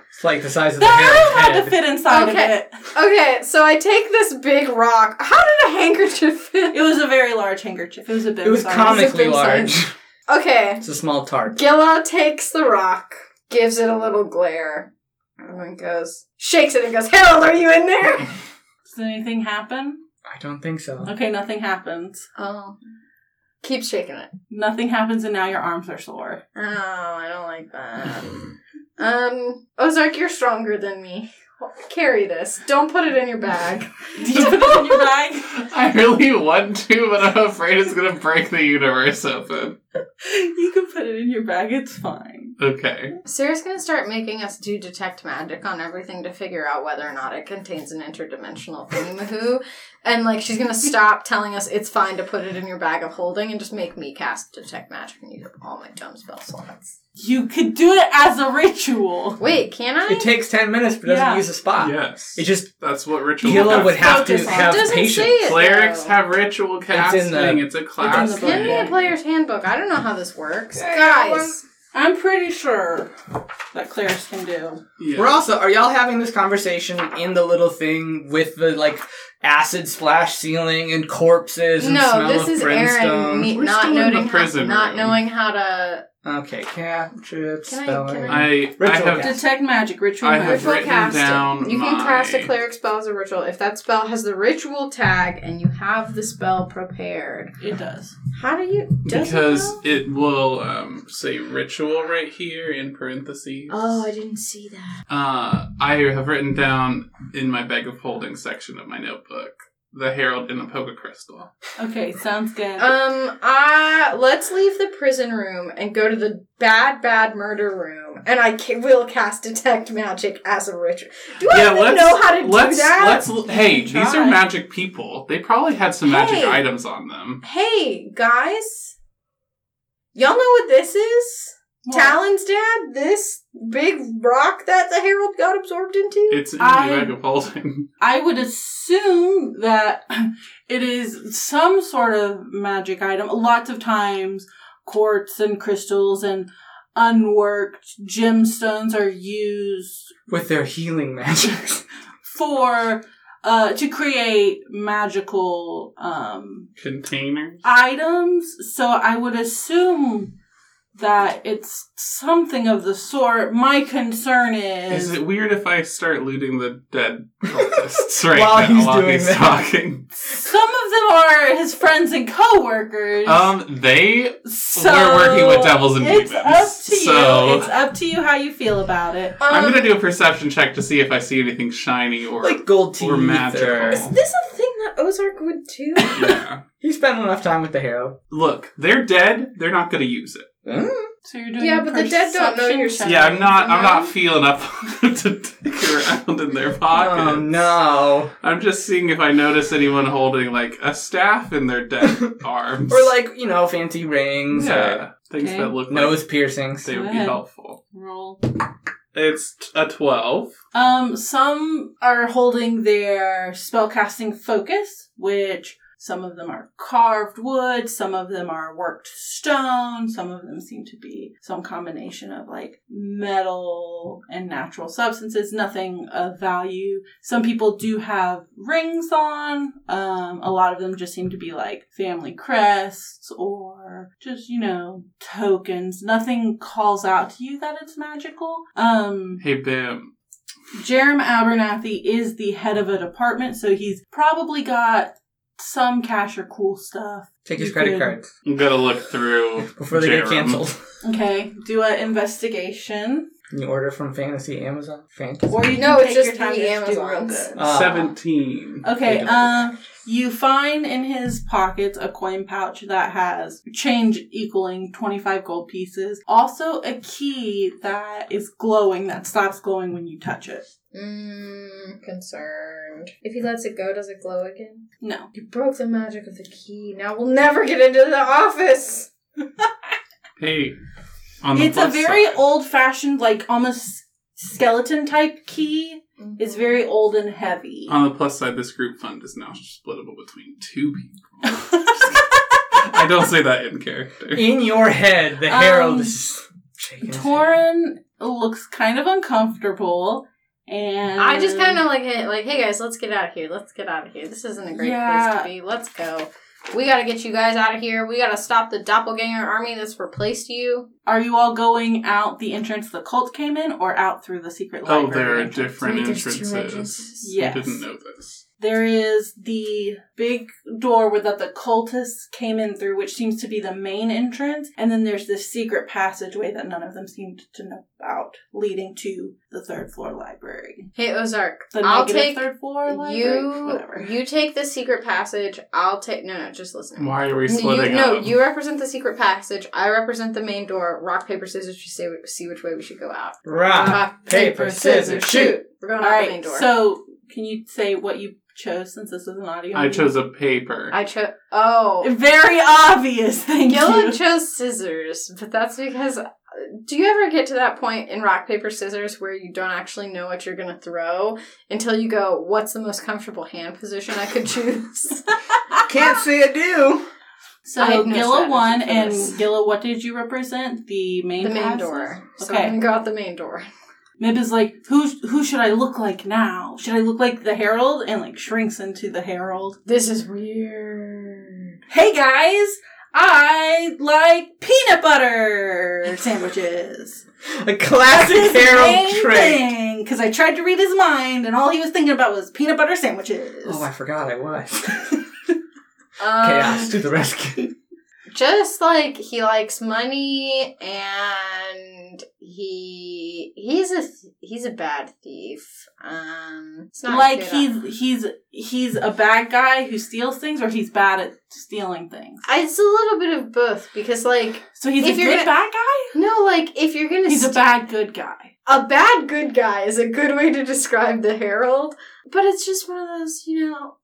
[SPEAKER 4] It's like the size of the
[SPEAKER 1] The arrow
[SPEAKER 4] hair.
[SPEAKER 1] had to fit inside
[SPEAKER 3] Okay.
[SPEAKER 1] of it.
[SPEAKER 3] Okay, so I take this big rock. How did a handkerchief fit?
[SPEAKER 1] It was a very large handkerchief. It was a big.
[SPEAKER 4] It was
[SPEAKER 1] size.
[SPEAKER 4] comically
[SPEAKER 3] It's a big size.
[SPEAKER 4] large.
[SPEAKER 3] Okay.
[SPEAKER 4] It's a small tart.
[SPEAKER 3] Gilla takes the rock, gives it a little glare, and then goes, shakes it and goes, Harold, are you in there?
[SPEAKER 1] Does anything happen?
[SPEAKER 4] I don't think so.
[SPEAKER 1] Okay, nothing happens.
[SPEAKER 3] Oh. Keeps shaking it.
[SPEAKER 1] Nothing happens, and now your arms are sore.
[SPEAKER 3] Oh, I don't like that. Um, Ozark, you're stronger than me. Carry this. Don't put it in your bag.
[SPEAKER 1] Do you put it in your bag?
[SPEAKER 2] I really want to, but I'm afraid it's gonna break the universe open.
[SPEAKER 1] You can put it in your bag. It's fine.
[SPEAKER 2] Okay.
[SPEAKER 3] Sarah's gonna start making us do detect magic on everything to figure out whether or not it contains an interdimensional thingy mahoo. And like she's gonna stop telling us it's fine to put it in your bag of holding and just make me cast detect magic and use up all my dumb spell slots.
[SPEAKER 1] You could do it as a ritual.
[SPEAKER 3] Wait, can I?
[SPEAKER 4] It takes 10 minutes, but doesn't
[SPEAKER 1] Yeah.
[SPEAKER 4] use a spot.
[SPEAKER 2] Yes.
[SPEAKER 4] Ah. It just,
[SPEAKER 2] That's what ritual
[SPEAKER 4] Gila would have to
[SPEAKER 1] Focus on-
[SPEAKER 4] have
[SPEAKER 3] doesn't
[SPEAKER 4] patience.
[SPEAKER 3] say it.
[SPEAKER 2] Clerics
[SPEAKER 3] though.
[SPEAKER 2] have ritual casting. It's,
[SPEAKER 4] the-
[SPEAKER 2] a class.
[SPEAKER 1] book.
[SPEAKER 3] Give me a
[SPEAKER 2] thing.
[SPEAKER 3] player's handbook. I don't know how this works,
[SPEAKER 4] Yeah, yeah,
[SPEAKER 3] guys.
[SPEAKER 4] one-
[SPEAKER 1] I'm pretty sure that Claire's can do.
[SPEAKER 2] Yeah.
[SPEAKER 4] We're also, are y'all having this conversation in the little thing with the like acid splash ceiling and corpses and
[SPEAKER 3] No,
[SPEAKER 4] smell
[SPEAKER 3] this
[SPEAKER 4] of
[SPEAKER 3] is
[SPEAKER 4] brimstone?
[SPEAKER 3] Aaron me-
[SPEAKER 2] We're
[SPEAKER 3] not
[SPEAKER 2] still in the
[SPEAKER 3] noting how,
[SPEAKER 2] prison
[SPEAKER 3] not
[SPEAKER 2] room.
[SPEAKER 3] knowing how to.
[SPEAKER 4] Okay, capture it,
[SPEAKER 3] Can I-
[SPEAKER 4] spelling.
[SPEAKER 3] can
[SPEAKER 2] I,
[SPEAKER 4] Ritual
[SPEAKER 2] I have
[SPEAKER 4] cast.
[SPEAKER 1] Detect magic, ritual
[SPEAKER 2] I have
[SPEAKER 1] magic.
[SPEAKER 3] Ritual
[SPEAKER 2] written
[SPEAKER 3] casting.
[SPEAKER 2] down
[SPEAKER 3] You can
[SPEAKER 2] my-
[SPEAKER 3] cast a cleric spell as a ritual if that spell has the ritual tag and you have the spell prepared.
[SPEAKER 1] It does.
[SPEAKER 3] How do you? Does it
[SPEAKER 2] because
[SPEAKER 3] know?
[SPEAKER 2] it will um, say ritual right here in parentheses.
[SPEAKER 3] Oh, I didn't see that.
[SPEAKER 2] Uh, I have written down in my bag of holding section of my notebook the herald and the poker crystal.
[SPEAKER 1] Okay, sounds good.
[SPEAKER 3] Um, uh, let's leave the prison room and go to the bad, bad murder room, and I ca- will cast detect magic as a ritual. Do I even know how to
[SPEAKER 2] let's,
[SPEAKER 3] do that?
[SPEAKER 2] Let's l- hey,
[SPEAKER 1] can
[SPEAKER 2] these
[SPEAKER 1] try.
[SPEAKER 2] are magic people. They probably had some magic
[SPEAKER 3] Hey.
[SPEAKER 2] items on them.
[SPEAKER 3] Hey guys, y'all know what this is?
[SPEAKER 1] Well,
[SPEAKER 3] Talon's dad, this big rock that the Herald got absorbed into?
[SPEAKER 2] It's in the
[SPEAKER 1] I-
[SPEAKER 2] bag of holding.
[SPEAKER 1] I would assume that it is some sort of magic item. Lots of times, quartz and crystals and unworked gemstones are used
[SPEAKER 4] with their healing magics.
[SPEAKER 1] for uh, to create magical um,
[SPEAKER 2] Container.
[SPEAKER 1] items. So I would assume that it's something of the sort. My concern is,
[SPEAKER 2] Is it weird if I start looting the dead cultists right
[SPEAKER 4] While
[SPEAKER 2] now
[SPEAKER 4] he's
[SPEAKER 2] while
[SPEAKER 4] doing
[SPEAKER 2] he's
[SPEAKER 4] that.
[SPEAKER 2] talking?
[SPEAKER 1] some of them are his friends and coworkers.
[SPEAKER 2] Um, they
[SPEAKER 1] so
[SPEAKER 2] we're working with devils and
[SPEAKER 1] it's
[SPEAKER 2] demons,
[SPEAKER 1] Up to you.
[SPEAKER 2] so-
[SPEAKER 1] It's up to you how you feel about it.
[SPEAKER 2] I'm
[SPEAKER 3] Um,
[SPEAKER 2] gonna do a perception check to see if I see anything shiny or
[SPEAKER 4] like gold teeth.
[SPEAKER 2] or
[SPEAKER 3] Is
[SPEAKER 2] magical.
[SPEAKER 3] this a thing that Ozark would do?
[SPEAKER 2] yeah.
[SPEAKER 4] He spent enough time with the hero.
[SPEAKER 2] Look, they're dead. They're not gonna use it.
[SPEAKER 1] So you're doing
[SPEAKER 3] Yeah,
[SPEAKER 1] a
[SPEAKER 3] but the dead don't know
[SPEAKER 1] perception
[SPEAKER 3] you're
[SPEAKER 1] check.
[SPEAKER 2] Yeah, I'm not. I'm
[SPEAKER 3] Mhm.
[SPEAKER 2] not feeling up to dig around in their pockets.
[SPEAKER 4] Oh no.
[SPEAKER 2] I'm just seeing if I notice anyone holding like a staff in their dead arms,
[SPEAKER 4] Or like, you know, fancy rings
[SPEAKER 2] yeah, things
[SPEAKER 1] Okay.
[SPEAKER 2] that look
[SPEAKER 4] or
[SPEAKER 2] like
[SPEAKER 4] nose piercings.
[SPEAKER 2] they would be
[SPEAKER 1] Go ahead.
[SPEAKER 2] helpful.
[SPEAKER 1] Roll.
[SPEAKER 2] It's t- a twelve.
[SPEAKER 1] Um, some are holding their spellcasting focus, which some of them are carved wood, some of them are worked stone, some of them seem to be some combination of like metal and natural substances, nothing of value. Some people do have rings on. Um, a lot of them just seem to be like family crests or just, you know, tokens. Nothing calls out to you that it's magical. Um,
[SPEAKER 2] Hey, Bim.
[SPEAKER 1] Jerem Abernathy is the head of a department, so he's probably got some cash or cool stuff.
[SPEAKER 4] Take his
[SPEAKER 1] You
[SPEAKER 4] credit
[SPEAKER 1] could-
[SPEAKER 4] cards
[SPEAKER 2] I'm gonna look through
[SPEAKER 4] before they
[SPEAKER 2] Jerem.
[SPEAKER 4] get canceled.
[SPEAKER 1] Okay, do an investigation,
[SPEAKER 4] You order from Fantasy Amazon? Fantasy?
[SPEAKER 1] or you can
[SPEAKER 3] No, it's
[SPEAKER 1] take
[SPEAKER 3] just
[SPEAKER 1] your time
[SPEAKER 3] the
[SPEAKER 1] to just do real
[SPEAKER 3] Amazons.
[SPEAKER 1] good.
[SPEAKER 2] Um,
[SPEAKER 4] Uh,
[SPEAKER 2] Seventeen.
[SPEAKER 1] Okay,
[SPEAKER 4] They don't.
[SPEAKER 1] um, you find in his pockets a coin pouch that has change equaling 25 gold pieces. Also, a key that is glowing that stops glowing when you touch it.
[SPEAKER 3] Mmm, concerned. If he lets it go, does it glow again?
[SPEAKER 1] No.
[SPEAKER 3] You broke the magic of the key. Now we'll never get into the office.
[SPEAKER 2] Hey, on the
[SPEAKER 1] It's a
[SPEAKER 2] plus
[SPEAKER 1] very
[SPEAKER 2] side.
[SPEAKER 1] old fashioned, like almost skeleton type key. It's very old and heavy.
[SPEAKER 2] On the plus side, this group fund is now splittable between two people. I don't say that in character.
[SPEAKER 4] In your head, the
[SPEAKER 1] Um,
[SPEAKER 4] Herald is shaking his head.
[SPEAKER 1] Torin looks kind of uncomfortable, and
[SPEAKER 3] I just kind of like, hey- like, hey guys, let's get out of here. Let's get out of here. This isn't a great
[SPEAKER 1] Yeah.
[SPEAKER 3] place to be. Let's go. We gotta get you guys out of here. We gotta stop the doppelganger army that's replaced you.
[SPEAKER 1] Are you all going out the entrance the cult came in or out through the secret
[SPEAKER 2] Oh,
[SPEAKER 1] library?
[SPEAKER 2] there are
[SPEAKER 1] entrance?
[SPEAKER 2] different
[SPEAKER 6] Wait, there's two
[SPEAKER 2] entrances.
[SPEAKER 6] entrances?
[SPEAKER 1] Yes.
[SPEAKER 2] I didn't know this.
[SPEAKER 1] There is the big door where that the cultists came in through, which seems to be the main entrance, and then there's this secret passageway that none of them seemed to know about, leading to the third floor library.
[SPEAKER 3] Hey Ozark,
[SPEAKER 1] The
[SPEAKER 3] I'll
[SPEAKER 1] negative
[SPEAKER 3] take
[SPEAKER 1] third floor library, whatever.
[SPEAKER 3] you. You take the secret passage. I'll take no, no. Just listen.
[SPEAKER 2] Why are we
[SPEAKER 3] You-
[SPEAKER 2] splitting
[SPEAKER 3] no,
[SPEAKER 2] up?
[SPEAKER 3] you represent the secret passage. I represent the main door. Rock, paper, scissors to see, see which way we should go out. Uh,
[SPEAKER 4] Rock. paper, scissors, shoot.
[SPEAKER 3] We're going
[SPEAKER 1] all
[SPEAKER 3] out the
[SPEAKER 1] right.
[SPEAKER 3] main door.
[SPEAKER 1] So, can you say what you chose since this is an audio?
[SPEAKER 2] I
[SPEAKER 1] medium?
[SPEAKER 2] chose a paper.
[SPEAKER 3] I chose. Oh,
[SPEAKER 1] Very obvious. Thank
[SPEAKER 3] Gillen
[SPEAKER 1] you.
[SPEAKER 3] chose scissors, but that's because. Do you ever get to that point in rock paper scissors where you don't actually know what you're gonna throw until you go, "What's the most comfortable hand position I could choose?"
[SPEAKER 4] Can't say I do.
[SPEAKER 1] So
[SPEAKER 3] I had no
[SPEAKER 1] Gilla
[SPEAKER 3] strategy
[SPEAKER 1] won,
[SPEAKER 3] for
[SPEAKER 1] and
[SPEAKER 3] this.
[SPEAKER 1] Gilla, what did you represent? The main
[SPEAKER 3] the main
[SPEAKER 1] passes?
[SPEAKER 3] door. So
[SPEAKER 1] Okay.
[SPEAKER 3] I'm gonna go out the main door.
[SPEAKER 1] Mib is like, who who should I look like now? Should I look like the Herald? And like shrinks into the Herald.
[SPEAKER 3] This is weird.
[SPEAKER 1] Hey guys, I like peanut butter sandwiches.
[SPEAKER 4] A classic Harold trick.
[SPEAKER 1] because I tried to read his mind, and all he was thinking about was peanut butter sandwiches.
[SPEAKER 4] Oh, I forgot I was.
[SPEAKER 3] Um,
[SPEAKER 4] Chaos to the rescue.
[SPEAKER 3] just like he likes money and he he's a he's a bad thief um it's not
[SPEAKER 1] like
[SPEAKER 3] good.
[SPEAKER 1] he's he's he's a bad guy who steals things, or he's bad at stealing things.
[SPEAKER 3] I- it's a little bit of both because like
[SPEAKER 1] So he's
[SPEAKER 3] If
[SPEAKER 1] a
[SPEAKER 3] you're
[SPEAKER 1] good
[SPEAKER 3] gonna-
[SPEAKER 1] bad guy.
[SPEAKER 3] no like if you're gonna
[SPEAKER 1] He's a
[SPEAKER 3] st-
[SPEAKER 1] bad good guy.
[SPEAKER 3] a bad good guy is a good way to describe the herald but it's just one of those you know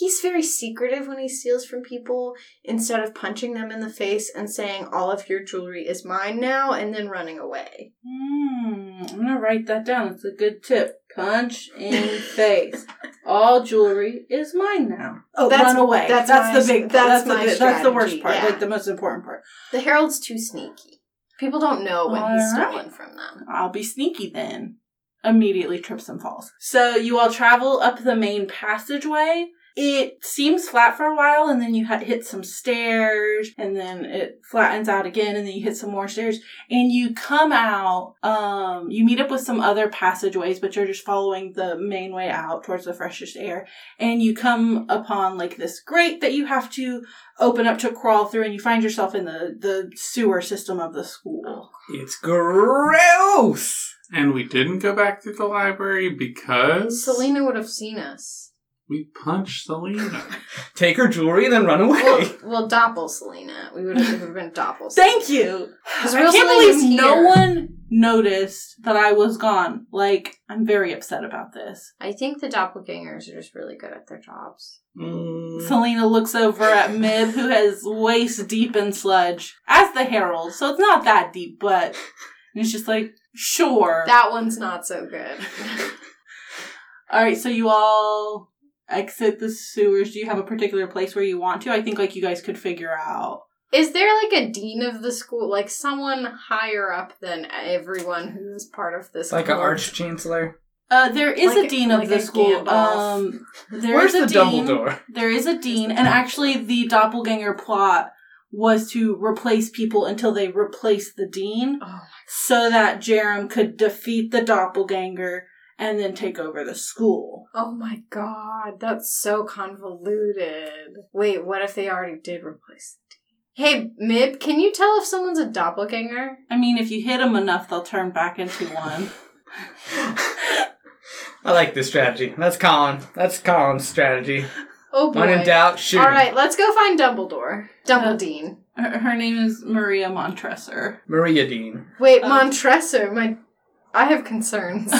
[SPEAKER 3] he's very secretive when he steals from people instead of punching them in the face and saying all of your jewelry is mine now and then running away
[SPEAKER 1] Hmm, I'm gonna write that down. It's a good tip. Punch in face. All jewelry is mine now. Oh,
[SPEAKER 3] That's-
[SPEAKER 1] run away.
[SPEAKER 3] that's
[SPEAKER 1] That's,
[SPEAKER 3] my-
[SPEAKER 1] the big.
[SPEAKER 3] that's
[SPEAKER 1] That's,
[SPEAKER 3] my
[SPEAKER 1] the big, that's the worst
[SPEAKER 3] strategy,
[SPEAKER 1] part.
[SPEAKER 3] yeah.
[SPEAKER 1] Like the most important part.
[SPEAKER 3] The Herald's too sneaky. People don't know when he's
[SPEAKER 1] Alright.
[SPEAKER 3] stolen from them.
[SPEAKER 1] I'll be sneaky then. Immediately trips and falls. So you all travel up the main passageway. It seems flat for a while, and then you ha- hit some stairs, and then it flattens out again, and then you hit some more stairs, and you come out. Um, you meet up with some other passageways, but you're just following the main way out towards the freshest air, and you come upon like this grate that you have to open up to crawl through, and you find yourself in the the sewer system of the school.
[SPEAKER 4] It's gross.
[SPEAKER 2] and we didn't go back to the library because
[SPEAKER 3] Selena would have seen us.
[SPEAKER 2] we punched Selena.
[SPEAKER 4] Take her jewelry and then run away.
[SPEAKER 3] Well, well, Doppel Selena. We would have been Doppel.
[SPEAKER 1] Thank you.
[SPEAKER 3] 'Cause
[SPEAKER 1] I
[SPEAKER 3] Rosalie
[SPEAKER 1] can't
[SPEAKER 3] was
[SPEAKER 1] believe no
[SPEAKER 3] here.
[SPEAKER 1] one noticed that I was gone. Like, I'm very upset about this.
[SPEAKER 3] I think the doppelgangers are just really good at their jobs.
[SPEAKER 2] Mm.
[SPEAKER 1] Selena looks over at Mib, who has waist deep in sludge, as the Herald, so it's not that deep, but and it's just like, sure.
[SPEAKER 3] That one's not so good.
[SPEAKER 1] all right, so you all exit the sewers. Do you have a particular place where you want to? I think like you guys could figure out.
[SPEAKER 3] Is there like a dean of the school, like someone higher up than everyone who is part of this?
[SPEAKER 4] like an
[SPEAKER 3] cult?
[SPEAKER 4] arch chancellor.
[SPEAKER 1] Uh, there is
[SPEAKER 3] Like-
[SPEAKER 1] a dean of
[SPEAKER 3] like
[SPEAKER 1] the
[SPEAKER 3] a
[SPEAKER 1] school.
[SPEAKER 3] Gandalf.
[SPEAKER 1] Um, there
[SPEAKER 4] Where's
[SPEAKER 1] is
[SPEAKER 4] the
[SPEAKER 1] a dean.
[SPEAKER 4] Dumbledore?
[SPEAKER 1] There is a dean, and actually, the doppelganger plot was to replace people until they replaced the dean,
[SPEAKER 3] Oh,
[SPEAKER 1] so that Jerem could defeat the doppelganger and then take over the school.
[SPEAKER 3] oh my god, that's so convoluted. Wait, what if they already did replace the dean? Hey, Mib, can you tell if someone's a doppelganger?
[SPEAKER 1] I mean, if you hit them enough, they'll turn back into one.
[SPEAKER 4] I like this strategy. That's Colin. That's Colin's strategy.
[SPEAKER 3] Oh boy.
[SPEAKER 4] When in doubt, shoot.
[SPEAKER 3] All
[SPEAKER 4] 'em.
[SPEAKER 3] right, let's go find Dumbledore. Dumbledore.
[SPEAKER 1] Her, her name is Maria Montresor.
[SPEAKER 4] Maria Dean.
[SPEAKER 3] Wait,
[SPEAKER 1] Um,
[SPEAKER 3] Montresor, my I have concerns.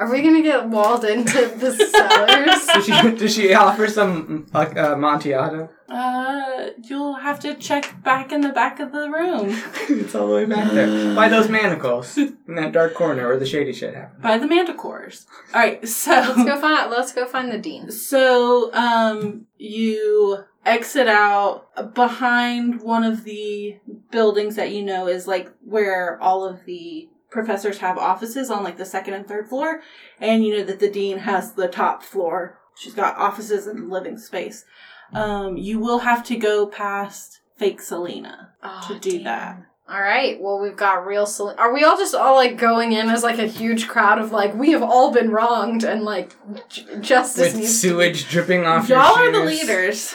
[SPEAKER 3] Are we gonna get walled into the cellars?
[SPEAKER 4] Does she, does she offer some uh, uh, Montiato?
[SPEAKER 1] Uh, you'll have to check back in the back of the room
[SPEAKER 4] it's all the way back there. By those manacles. In that dark corner where the shady shit happened.
[SPEAKER 1] by the Manticores. All right, so
[SPEAKER 3] let's go find let's go find the dean.
[SPEAKER 1] So, um, you exit out behind one of the buildings that you know is like where all of the professors have offices on like the second and third floor. And you know that the dean has the top floor She's got offices and living space. Um, you will have to go past fake Selena.
[SPEAKER 3] Oh,
[SPEAKER 1] to do that.
[SPEAKER 3] All right. Well, we've got real. Sel- Are we all just all like going in as like a huge crowd of like we have all been wronged and like j- justice
[SPEAKER 4] With
[SPEAKER 3] needs
[SPEAKER 4] sewage dripping off your
[SPEAKER 1] Y'all are the
[SPEAKER 4] shoes.
[SPEAKER 1] leaders.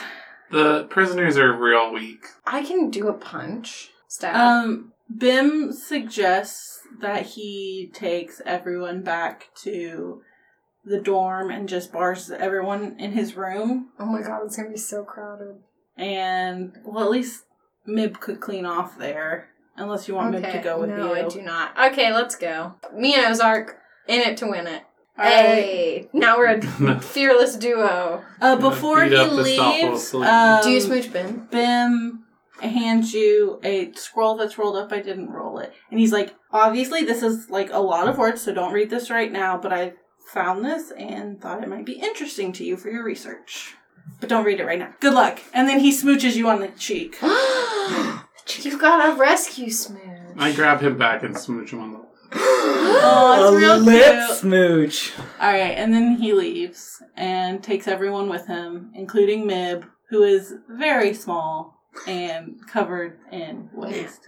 [SPEAKER 2] The prisoners are real weak.
[SPEAKER 3] To- I can do a punch stab.
[SPEAKER 1] Um, Bim suggests that he takes everyone back to the dorm and just bars everyone in his room.
[SPEAKER 3] oh my god, it's gonna be so crowded.
[SPEAKER 1] And well, at least Mib could clean off there, unless you want Mib to go with
[SPEAKER 3] no,
[SPEAKER 1] you.
[SPEAKER 3] I do not. Okay, let's go. Me and Ozark in it to win it.
[SPEAKER 1] All right.
[SPEAKER 3] Hey, now we're a fearless duo.
[SPEAKER 1] Uh,
[SPEAKER 2] Gonna
[SPEAKER 1] before
[SPEAKER 2] beat
[SPEAKER 1] he
[SPEAKER 2] up the Stockholm
[SPEAKER 1] leaves,
[SPEAKER 2] Saloon.
[SPEAKER 1] um,
[SPEAKER 3] do you smooch Bim?
[SPEAKER 1] Bim hands you a scroll that's rolled up. I didn't roll it. And he's like, obviously, this is like a lot of words, so don't read this right now, but I found this and thought it might be interesting to you for your research. But don't read it right now. Good luck. And then he smooches you on the cheek.
[SPEAKER 3] You've got a rescue smooch.
[SPEAKER 2] I grab him back and smooch him on the.
[SPEAKER 1] Oh, it's
[SPEAKER 4] a
[SPEAKER 1] real
[SPEAKER 4] lip
[SPEAKER 1] cute.
[SPEAKER 4] smooch.
[SPEAKER 1] All right, and then he leaves and takes everyone with him, including Mib, who is very small and covered in waste.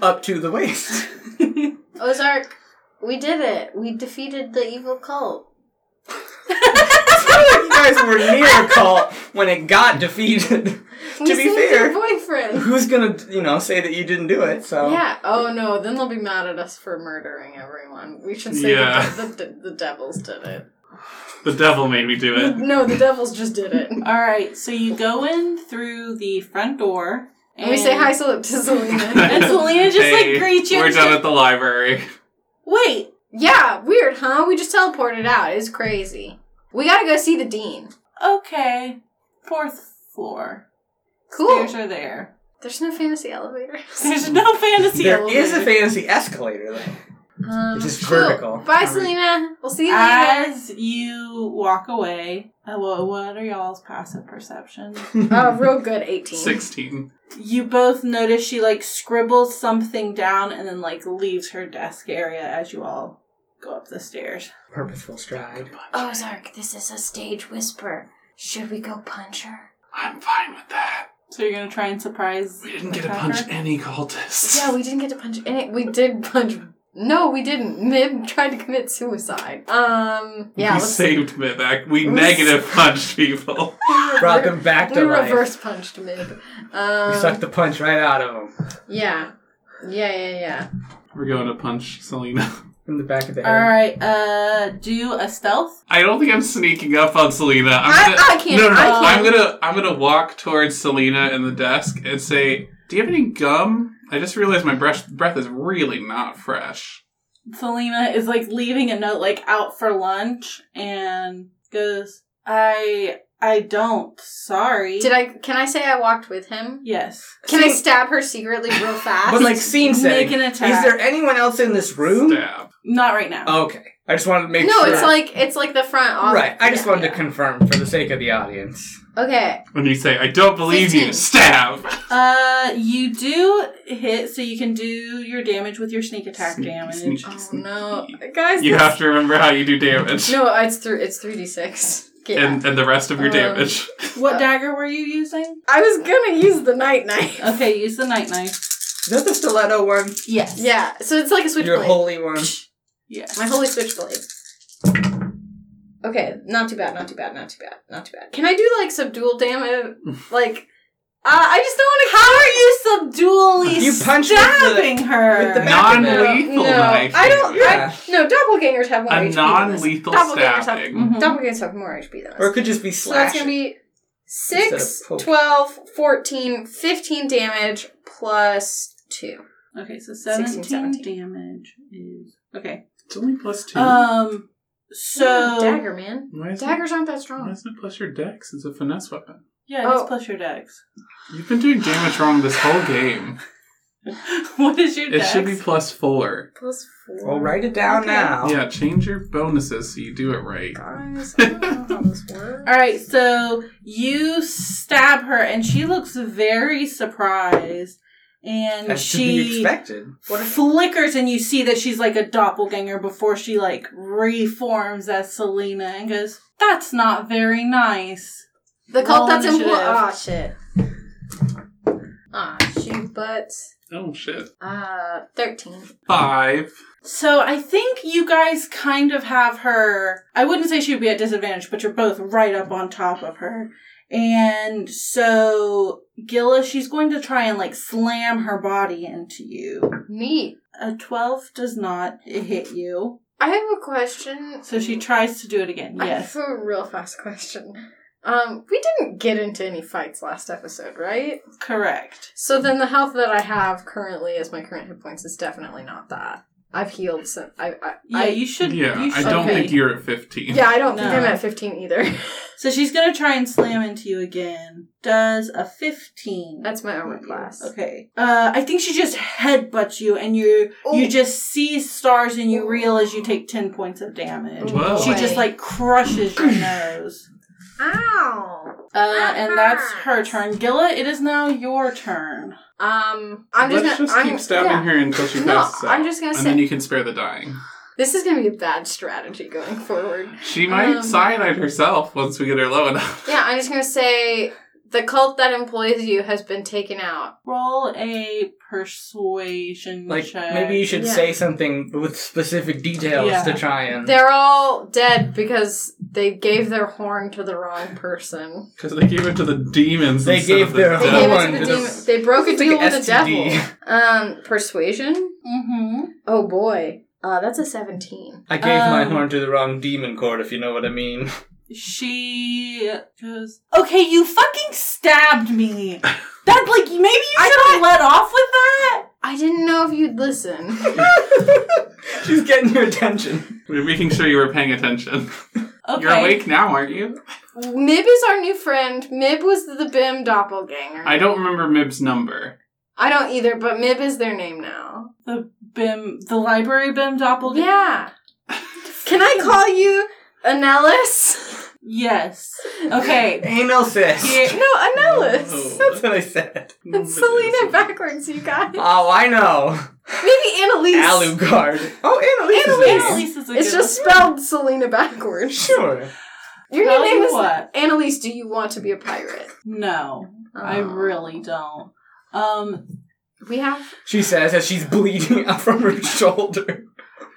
[SPEAKER 4] Up to the waist.
[SPEAKER 5] Ozark, we did it. We defeated the evil cult.
[SPEAKER 4] you guys were near a cult when it got defeated.
[SPEAKER 3] We
[SPEAKER 4] to be
[SPEAKER 3] saved
[SPEAKER 4] fair,
[SPEAKER 3] your boyfriend.
[SPEAKER 4] who's gonna, you know, say that you didn't do it? So
[SPEAKER 3] Yeah. Oh no. Then they'll be mad at us for murdering everyone. We should say
[SPEAKER 2] Yeah.
[SPEAKER 3] the, the, the, the devils did it.
[SPEAKER 2] The devil made me do it.
[SPEAKER 3] No, the devils just did it.
[SPEAKER 1] All right, so you go in through the front door,
[SPEAKER 3] And we say hi Sel- to Selena.
[SPEAKER 1] And Selena just
[SPEAKER 2] Hey,
[SPEAKER 1] like greets you.
[SPEAKER 2] We're
[SPEAKER 1] and
[SPEAKER 2] done
[SPEAKER 1] she's
[SPEAKER 2] at the library.
[SPEAKER 1] like, Wait,
[SPEAKER 3] yeah. Weird, huh? We just teleported out. It's crazy. We gotta go see the dean.
[SPEAKER 1] okay, fourth floor.
[SPEAKER 3] Cool.
[SPEAKER 1] Stairs are there.
[SPEAKER 3] There's no fantasy elevator.
[SPEAKER 1] There's no fantasy.
[SPEAKER 4] there is a
[SPEAKER 1] elevator.
[SPEAKER 4] fantasy escalator though.
[SPEAKER 3] Um,
[SPEAKER 4] It's just
[SPEAKER 3] cool.
[SPEAKER 4] vertical.
[SPEAKER 3] Bye, Selena. We'll see you later.
[SPEAKER 1] As you walk away, uh, what, what are y'all's passive perceptions?
[SPEAKER 3] Oh, real good. Eighteen.
[SPEAKER 2] Sixteen.
[SPEAKER 1] you both notice she like scribbles something down and then like leaves her desk area as you all go up the stairs.
[SPEAKER 4] Purposeful stride.
[SPEAKER 5] Ozark, this is a stage whisper. Should we go punch her?
[SPEAKER 2] I'm fine with that.
[SPEAKER 1] So you're gonna try and surprise.
[SPEAKER 2] We didn't get to
[SPEAKER 1] attack
[SPEAKER 2] punch
[SPEAKER 1] her?
[SPEAKER 2] any cultists.
[SPEAKER 3] Yeah, we didn't get to punch any. We did punch. No, we didn't. Mib tried to commit suicide. Um. Yeah.
[SPEAKER 2] we
[SPEAKER 3] let's-
[SPEAKER 2] saved Mib back. We negative punched people.
[SPEAKER 4] Brought them back
[SPEAKER 3] We
[SPEAKER 4] to life.
[SPEAKER 3] reverse punched Mib.
[SPEAKER 4] We sucked
[SPEAKER 3] Um,
[SPEAKER 4] the punch right out of them
[SPEAKER 3] yeah. Yeah, yeah, yeah.
[SPEAKER 2] We're going to punch Selena.
[SPEAKER 4] from the back of the
[SPEAKER 1] All
[SPEAKER 4] head.
[SPEAKER 1] right, uh, do a stealth.
[SPEAKER 2] I don't think I'm sneaking up on Selena. I'm
[SPEAKER 3] I,
[SPEAKER 2] gonna,
[SPEAKER 3] I can't.
[SPEAKER 2] no, no,
[SPEAKER 3] I can't.
[SPEAKER 2] I'm gonna I'm gonna walk towards Selena and the desk and say, "Do you have any gum?" I just realized my breath breath is really not fresh.
[SPEAKER 1] Selena is like leaving a note like out for lunch and goes, I I don't, sorry.
[SPEAKER 3] Did I? Can I say I walked with him?
[SPEAKER 1] Yes.
[SPEAKER 3] Can I stab her secretly real fast?
[SPEAKER 4] But like scene
[SPEAKER 1] Make
[SPEAKER 4] setting.
[SPEAKER 1] an
[SPEAKER 4] Is
[SPEAKER 1] attack.
[SPEAKER 4] there anyone else in this room?
[SPEAKER 2] Stab.
[SPEAKER 1] Not right now.
[SPEAKER 4] Okay. I just wanted to make
[SPEAKER 3] no,
[SPEAKER 4] sure.
[SPEAKER 3] it's like it's like the front office.
[SPEAKER 4] Right. I just
[SPEAKER 3] Yeah.
[SPEAKER 4] wanted to confirm for the sake of the audience.
[SPEAKER 3] Okay.
[SPEAKER 2] When you say, "I don't believe you,"
[SPEAKER 3] Fifteen.
[SPEAKER 2] stab.
[SPEAKER 1] Uh you do hit so you can do your damage with your sneak attack
[SPEAKER 2] Sneaky,
[SPEAKER 1] damage.
[SPEAKER 2] sneaky,
[SPEAKER 3] Oh
[SPEAKER 2] sneaky.
[SPEAKER 3] no, guys.
[SPEAKER 2] You
[SPEAKER 3] this-
[SPEAKER 2] have to remember how you do damage
[SPEAKER 3] No, it's through. It's three d six. Yeah.
[SPEAKER 2] and and the rest of your
[SPEAKER 3] Um,
[SPEAKER 2] damage.
[SPEAKER 3] Oh.
[SPEAKER 1] What dagger were you using?
[SPEAKER 3] I was gonna use the night knife.
[SPEAKER 1] Okay, use the night knife.
[SPEAKER 4] Is that the stiletto one?
[SPEAKER 1] Yes.
[SPEAKER 3] Yeah. So it's like a
[SPEAKER 4] Your
[SPEAKER 3] switchblade.
[SPEAKER 4] holy one.
[SPEAKER 1] Yeah.
[SPEAKER 3] My holy switchblade. Okay, not too bad, not too bad, not too bad, not too bad. Can I do like subdual damage? Like, uh, I just
[SPEAKER 1] How are you subdually
[SPEAKER 4] You punched with the-
[SPEAKER 1] stabbing her?
[SPEAKER 4] with the back-
[SPEAKER 2] Non
[SPEAKER 3] don't want to.
[SPEAKER 2] lethal
[SPEAKER 3] No,
[SPEAKER 2] knife.
[SPEAKER 3] I don't.
[SPEAKER 4] Yeah.
[SPEAKER 3] I, no, doppelgangers have more
[SPEAKER 2] A
[SPEAKER 3] HP.
[SPEAKER 2] non lethal
[SPEAKER 3] than us. Doppelgangers
[SPEAKER 2] stabbing.
[SPEAKER 1] Mhm.
[SPEAKER 3] Have, doppelgangers have more HP than us.
[SPEAKER 4] Or it could just be
[SPEAKER 3] so that's
[SPEAKER 4] slash.
[SPEAKER 3] gonna be
[SPEAKER 4] Instead
[SPEAKER 3] 6,
[SPEAKER 4] of poke.
[SPEAKER 3] 12, 14, 15 damage plus 2.
[SPEAKER 1] Okay, so
[SPEAKER 3] 16,
[SPEAKER 1] 17
[SPEAKER 3] 17.
[SPEAKER 1] damage is okay.
[SPEAKER 2] It's only plus two.
[SPEAKER 1] Um so
[SPEAKER 3] Ooh, dagger, man.
[SPEAKER 2] why, is it,
[SPEAKER 3] Uh, Daggers aren't that
[SPEAKER 2] why
[SPEAKER 3] strong.
[SPEAKER 2] is it plus your dex? It's a finesse weapon.
[SPEAKER 1] Yeah, it's
[SPEAKER 3] Oh.
[SPEAKER 1] plus your dex.
[SPEAKER 2] You've been doing damage wrong this whole game.
[SPEAKER 1] what is your
[SPEAKER 2] It
[SPEAKER 1] dex?
[SPEAKER 2] should be plus four.
[SPEAKER 3] Plus 4.
[SPEAKER 4] Well, write it down
[SPEAKER 3] Okay.
[SPEAKER 4] now.
[SPEAKER 2] Yeah, change your bonuses so you do it right.
[SPEAKER 3] Guys, I don't know how this works.
[SPEAKER 1] All right, so you stab her, and she looks very surprised. and
[SPEAKER 4] As to be
[SPEAKER 1] she
[SPEAKER 4] expected.
[SPEAKER 1] flickers, and you see that she's like a doppelganger before she like reforms as Selena and goes, "That's not very nice."
[SPEAKER 5] The cult
[SPEAKER 1] Roll
[SPEAKER 5] that's
[SPEAKER 1] initiative.
[SPEAKER 5] important. Ah, shit. Ah, shoot butts.
[SPEAKER 2] Oh shit.
[SPEAKER 5] Uh, 13.
[SPEAKER 2] Five.
[SPEAKER 1] So I think you guys kind of have her. I wouldn't say she would be at disadvantage, but you're both right up on top of her. And so Gilla, she's going to try and like slam her body into you.
[SPEAKER 5] Neat.
[SPEAKER 1] A twelve does not hit you,
[SPEAKER 3] I have a question.
[SPEAKER 1] so she tries to do it again.
[SPEAKER 3] I
[SPEAKER 1] Yes.
[SPEAKER 3] have a real fast question. Um, we didn't get into any fights last episode, right?
[SPEAKER 1] Correct.
[SPEAKER 3] So then the health that I have currently as my current hit points is definitely not that. I've healed since I, I,
[SPEAKER 1] Yeah,
[SPEAKER 3] I
[SPEAKER 1] you should.
[SPEAKER 2] Yeah,
[SPEAKER 1] you
[SPEAKER 2] I
[SPEAKER 1] should
[SPEAKER 2] don't
[SPEAKER 1] be.
[SPEAKER 2] think you're at 15.
[SPEAKER 3] yeah, I don't think
[SPEAKER 1] No.
[SPEAKER 3] I'm at 15 either.
[SPEAKER 1] So she's gonna try and slam into you again. Does a fifteen?
[SPEAKER 3] That's my armor
[SPEAKER 1] hit you?
[SPEAKER 3] class.
[SPEAKER 1] Okay. Uh, I think she just headbutts you, and you
[SPEAKER 3] Oh.
[SPEAKER 1] you just see stars, and you realize you take ten points of damage.
[SPEAKER 2] Whoa.
[SPEAKER 1] She just like crushes your nose.
[SPEAKER 5] Ow.
[SPEAKER 1] Uh, and that's her turn. Gilla, it is now your turn.
[SPEAKER 3] Um, I'm just
[SPEAKER 2] Let's
[SPEAKER 3] gonna
[SPEAKER 2] just
[SPEAKER 3] I'm,
[SPEAKER 2] keep stabbing
[SPEAKER 3] yeah.
[SPEAKER 2] her until she
[SPEAKER 3] No,
[SPEAKER 2] passes out.
[SPEAKER 3] I'm just gonna
[SPEAKER 2] and
[SPEAKER 3] say
[SPEAKER 2] then you can spare the dying.
[SPEAKER 3] this is gonna be a bad strategy going forward.
[SPEAKER 2] She might
[SPEAKER 3] Um,
[SPEAKER 2] cyanide herself once we get her low enough.
[SPEAKER 3] Yeah, I'm just gonna say the cult that employs you has been taken out.
[SPEAKER 1] Roll a persuasion
[SPEAKER 4] Like
[SPEAKER 1] check.
[SPEAKER 4] maybe you should
[SPEAKER 3] Yeah.
[SPEAKER 4] say something with specific details
[SPEAKER 1] Yeah.
[SPEAKER 4] to try and.
[SPEAKER 3] They're all dead because they gave their horn to the wrong person.
[SPEAKER 2] Because they gave it to the demons.
[SPEAKER 4] They
[SPEAKER 2] instead
[SPEAKER 4] gave
[SPEAKER 2] of
[SPEAKER 4] their
[SPEAKER 2] the
[SPEAKER 3] They
[SPEAKER 4] No
[SPEAKER 3] gave
[SPEAKER 2] devil.
[SPEAKER 3] it
[SPEAKER 4] one
[SPEAKER 3] to the demon.
[SPEAKER 4] is-
[SPEAKER 3] They broke a
[SPEAKER 4] It's like
[SPEAKER 3] deal with the
[SPEAKER 4] STD.
[SPEAKER 3] devil. Um, persuasion.
[SPEAKER 1] Mm-hmm.
[SPEAKER 3] Oh boy, uh, that's a seventeen.
[SPEAKER 4] I gave my
[SPEAKER 1] Um,
[SPEAKER 4] horn to the wrong demon court, if you know what I mean.
[SPEAKER 1] She goes, Okay, you fucking stabbed me. That, like, maybe you should have let off with that?
[SPEAKER 3] I didn't know if you'd listen.
[SPEAKER 4] She's getting your attention.
[SPEAKER 2] We're making sure you were paying attention.
[SPEAKER 1] Okay.
[SPEAKER 2] You're awake now, aren't you?
[SPEAKER 3] Mib is our new friend. Mib was the Bim doppelganger.
[SPEAKER 2] I don't remember Mib's number.
[SPEAKER 3] I don't either, but Mib is their name now.
[SPEAKER 1] Bim, the library Bim doppelganger?
[SPEAKER 3] Yeah. Can I call you Anellis?
[SPEAKER 1] Yes. Okay.
[SPEAKER 4] Anal cyst.
[SPEAKER 1] Here-
[SPEAKER 3] No, Anellis.
[SPEAKER 4] That's what I said.
[SPEAKER 3] It's Selena backwards, you guys.
[SPEAKER 4] Oh, I know.
[SPEAKER 3] Maybe Annalise.
[SPEAKER 4] Alucard. Oh, Annalise.
[SPEAKER 1] Annalise is a
[SPEAKER 3] It's
[SPEAKER 1] good
[SPEAKER 3] just
[SPEAKER 1] one.
[SPEAKER 3] spelled Selena backwards.
[SPEAKER 4] Sure.
[SPEAKER 3] Your
[SPEAKER 1] Tell
[SPEAKER 3] new name
[SPEAKER 1] you
[SPEAKER 3] is
[SPEAKER 1] what.
[SPEAKER 3] Annalise. Do you want to be a pirate?
[SPEAKER 1] No, I
[SPEAKER 3] Oh.
[SPEAKER 1] really don't. Um,
[SPEAKER 3] We have.
[SPEAKER 4] She says as she's bleeding out from her shoulder.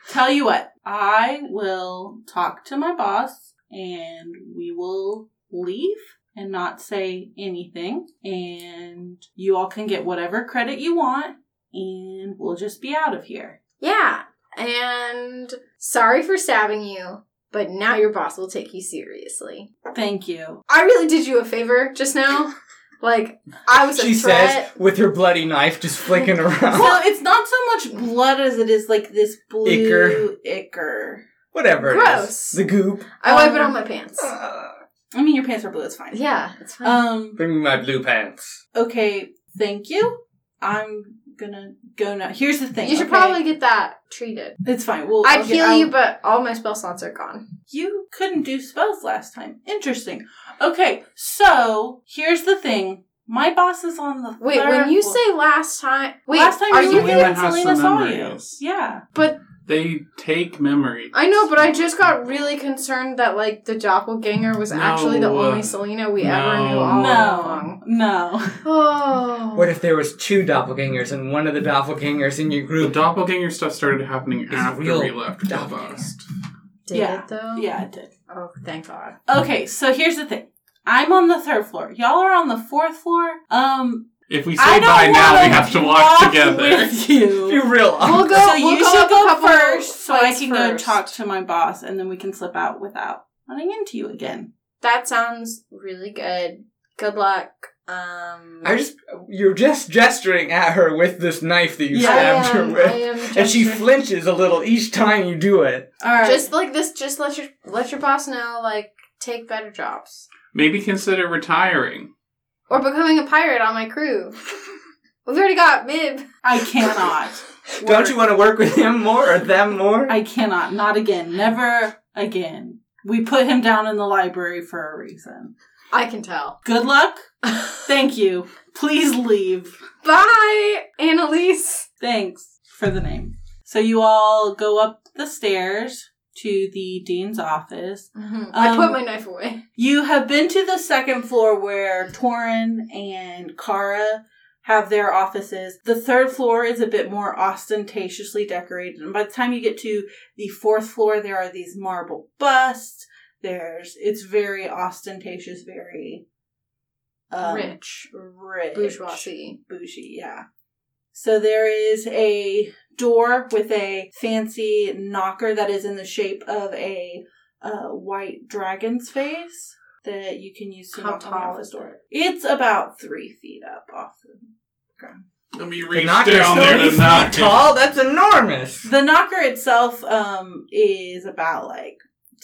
[SPEAKER 1] tell you what. I will talk to my boss and we will leave and not say anything. And you all can get whatever credit you want and we'll just be out of here.
[SPEAKER 3] Yeah. And sorry for stabbing you, but now your boss will take you seriously.
[SPEAKER 1] Thank you.
[SPEAKER 3] I really did you a favor just now. Like I was a
[SPEAKER 4] She
[SPEAKER 3] threat.
[SPEAKER 4] says with her bloody knife just flicking around.
[SPEAKER 1] So it's not so much blood as it is like this blue ichor.
[SPEAKER 4] Ichor. Whatever. it is.
[SPEAKER 3] Gross.
[SPEAKER 4] The goop.
[SPEAKER 3] I wipe it
[SPEAKER 1] Um,
[SPEAKER 3] on my pants.
[SPEAKER 4] Uh,
[SPEAKER 1] I mean, your pants are blue. It's fine.
[SPEAKER 3] Yeah, it's fine.
[SPEAKER 1] Um.
[SPEAKER 4] bring me my blue pants.
[SPEAKER 1] Okay. Thank you. I'm gonna go now. Here's the thing.
[SPEAKER 3] you should
[SPEAKER 1] okay?
[SPEAKER 3] probably get that treated.
[SPEAKER 1] It's fine. We'll.
[SPEAKER 3] I'd
[SPEAKER 1] okay,
[SPEAKER 3] heal
[SPEAKER 1] I'll-
[SPEAKER 3] you, but all my spell slots are gone.
[SPEAKER 1] You couldn't do spells last time. Interesting. Okay, so here's the thing. My boss is on the
[SPEAKER 3] Wait,
[SPEAKER 1] third
[SPEAKER 3] when you
[SPEAKER 1] floor.
[SPEAKER 3] say last time, wait,
[SPEAKER 1] last time
[SPEAKER 3] are
[SPEAKER 1] you,
[SPEAKER 3] you?
[SPEAKER 1] were
[SPEAKER 2] here
[SPEAKER 1] here
[SPEAKER 2] when
[SPEAKER 1] and Selena
[SPEAKER 2] Hassan
[SPEAKER 1] saw you.
[SPEAKER 2] Memories?
[SPEAKER 1] Yeah.
[SPEAKER 2] They take memory.
[SPEAKER 3] I know, but I just got really concerned that like the doppelganger was actually the
[SPEAKER 2] No.
[SPEAKER 3] only Selena we ever
[SPEAKER 2] No.
[SPEAKER 3] knew all
[SPEAKER 1] No.
[SPEAKER 3] along.
[SPEAKER 1] No.
[SPEAKER 3] Oh,
[SPEAKER 4] What if there was two doppelgangers and one of the doppelgangers in your
[SPEAKER 2] The
[SPEAKER 4] group?
[SPEAKER 2] doppelganger stuff started happening
[SPEAKER 4] It's
[SPEAKER 2] after
[SPEAKER 4] real
[SPEAKER 2] we left
[SPEAKER 4] doppelganger.
[SPEAKER 2] Davos.
[SPEAKER 3] did
[SPEAKER 1] Yeah.
[SPEAKER 3] it though?
[SPEAKER 1] Yeah, it did.
[SPEAKER 3] Oh, thank God.
[SPEAKER 1] Okay, so here's the thing. I'm on the third floor. Y'all are on the fourth floor. Um,
[SPEAKER 2] If we
[SPEAKER 1] I
[SPEAKER 2] say
[SPEAKER 1] don't
[SPEAKER 2] bye now, we
[SPEAKER 1] wanna
[SPEAKER 2] have to walk together.
[SPEAKER 1] with you.
[SPEAKER 4] You're real
[SPEAKER 3] We'll
[SPEAKER 4] awkward.
[SPEAKER 3] go.
[SPEAKER 1] so
[SPEAKER 3] we'll
[SPEAKER 1] you
[SPEAKER 3] go
[SPEAKER 1] should
[SPEAKER 3] up a
[SPEAKER 1] go
[SPEAKER 3] couple
[SPEAKER 1] first, so I
[SPEAKER 3] flights
[SPEAKER 1] can
[SPEAKER 3] first.
[SPEAKER 1] go talk to my boss, and then we can slip out without running into you again.
[SPEAKER 3] That sounds really good. Good luck. Um,
[SPEAKER 4] I just you're just gesturing at her with this knife that you
[SPEAKER 1] Yeah.
[SPEAKER 3] I
[SPEAKER 4] stabbed her
[SPEAKER 3] am-
[SPEAKER 4] with.
[SPEAKER 3] I am
[SPEAKER 4] and she
[SPEAKER 3] gesturing.
[SPEAKER 4] flinches a little each time you do it.
[SPEAKER 1] All right.
[SPEAKER 3] just like this just let your let your boss know like take better jobs
[SPEAKER 2] Maybe consider retiring.
[SPEAKER 3] or becoming a pirate on my crew we've already got mib
[SPEAKER 1] I cannot.
[SPEAKER 4] Don't you want to work with him more or them more?
[SPEAKER 1] I cannot. Not again. Never again. We put him down in the library for a reason.
[SPEAKER 3] i can tell
[SPEAKER 1] Good luck. Thank you. Please leave.
[SPEAKER 3] Bye, Annalise.
[SPEAKER 1] Thanks for the name. So you all go up the stairs to the dean's office.
[SPEAKER 3] Mm-hmm. I
[SPEAKER 1] Um,
[SPEAKER 3] put my knife away.
[SPEAKER 1] You have been to the second floor where Torin and Kara have their offices. The third floor is a bit more ostentatiously decorated. And by the time you get to the fourth floor, there are these marble busts. There's it's very ostentatious, very um,
[SPEAKER 3] Rich.
[SPEAKER 1] rich,
[SPEAKER 3] Bourgeoisie.
[SPEAKER 1] bougie, yeah. So there is a door with a fancy knocker that is in the shape of a uh, white dragon's face that you can use to
[SPEAKER 3] How
[SPEAKER 1] knock on the
[SPEAKER 3] tall
[SPEAKER 1] office
[SPEAKER 3] is it?
[SPEAKER 1] door. It's about three feet up off the
[SPEAKER 2] Let me
[SPEAKER 4] The
[SPEAKER 2] reach
[SPEAKER 4] knocker's
[SPEAKER 2] down there
[SPEAKER 4] thirty
[SPEAKER 2] to
[SPEAKER 4] feet
[SPEAKER 2] knock. it.
[SPEAKER 4] tall. That's enormous.
[SPEAKER 1] The knocker itself um, is about like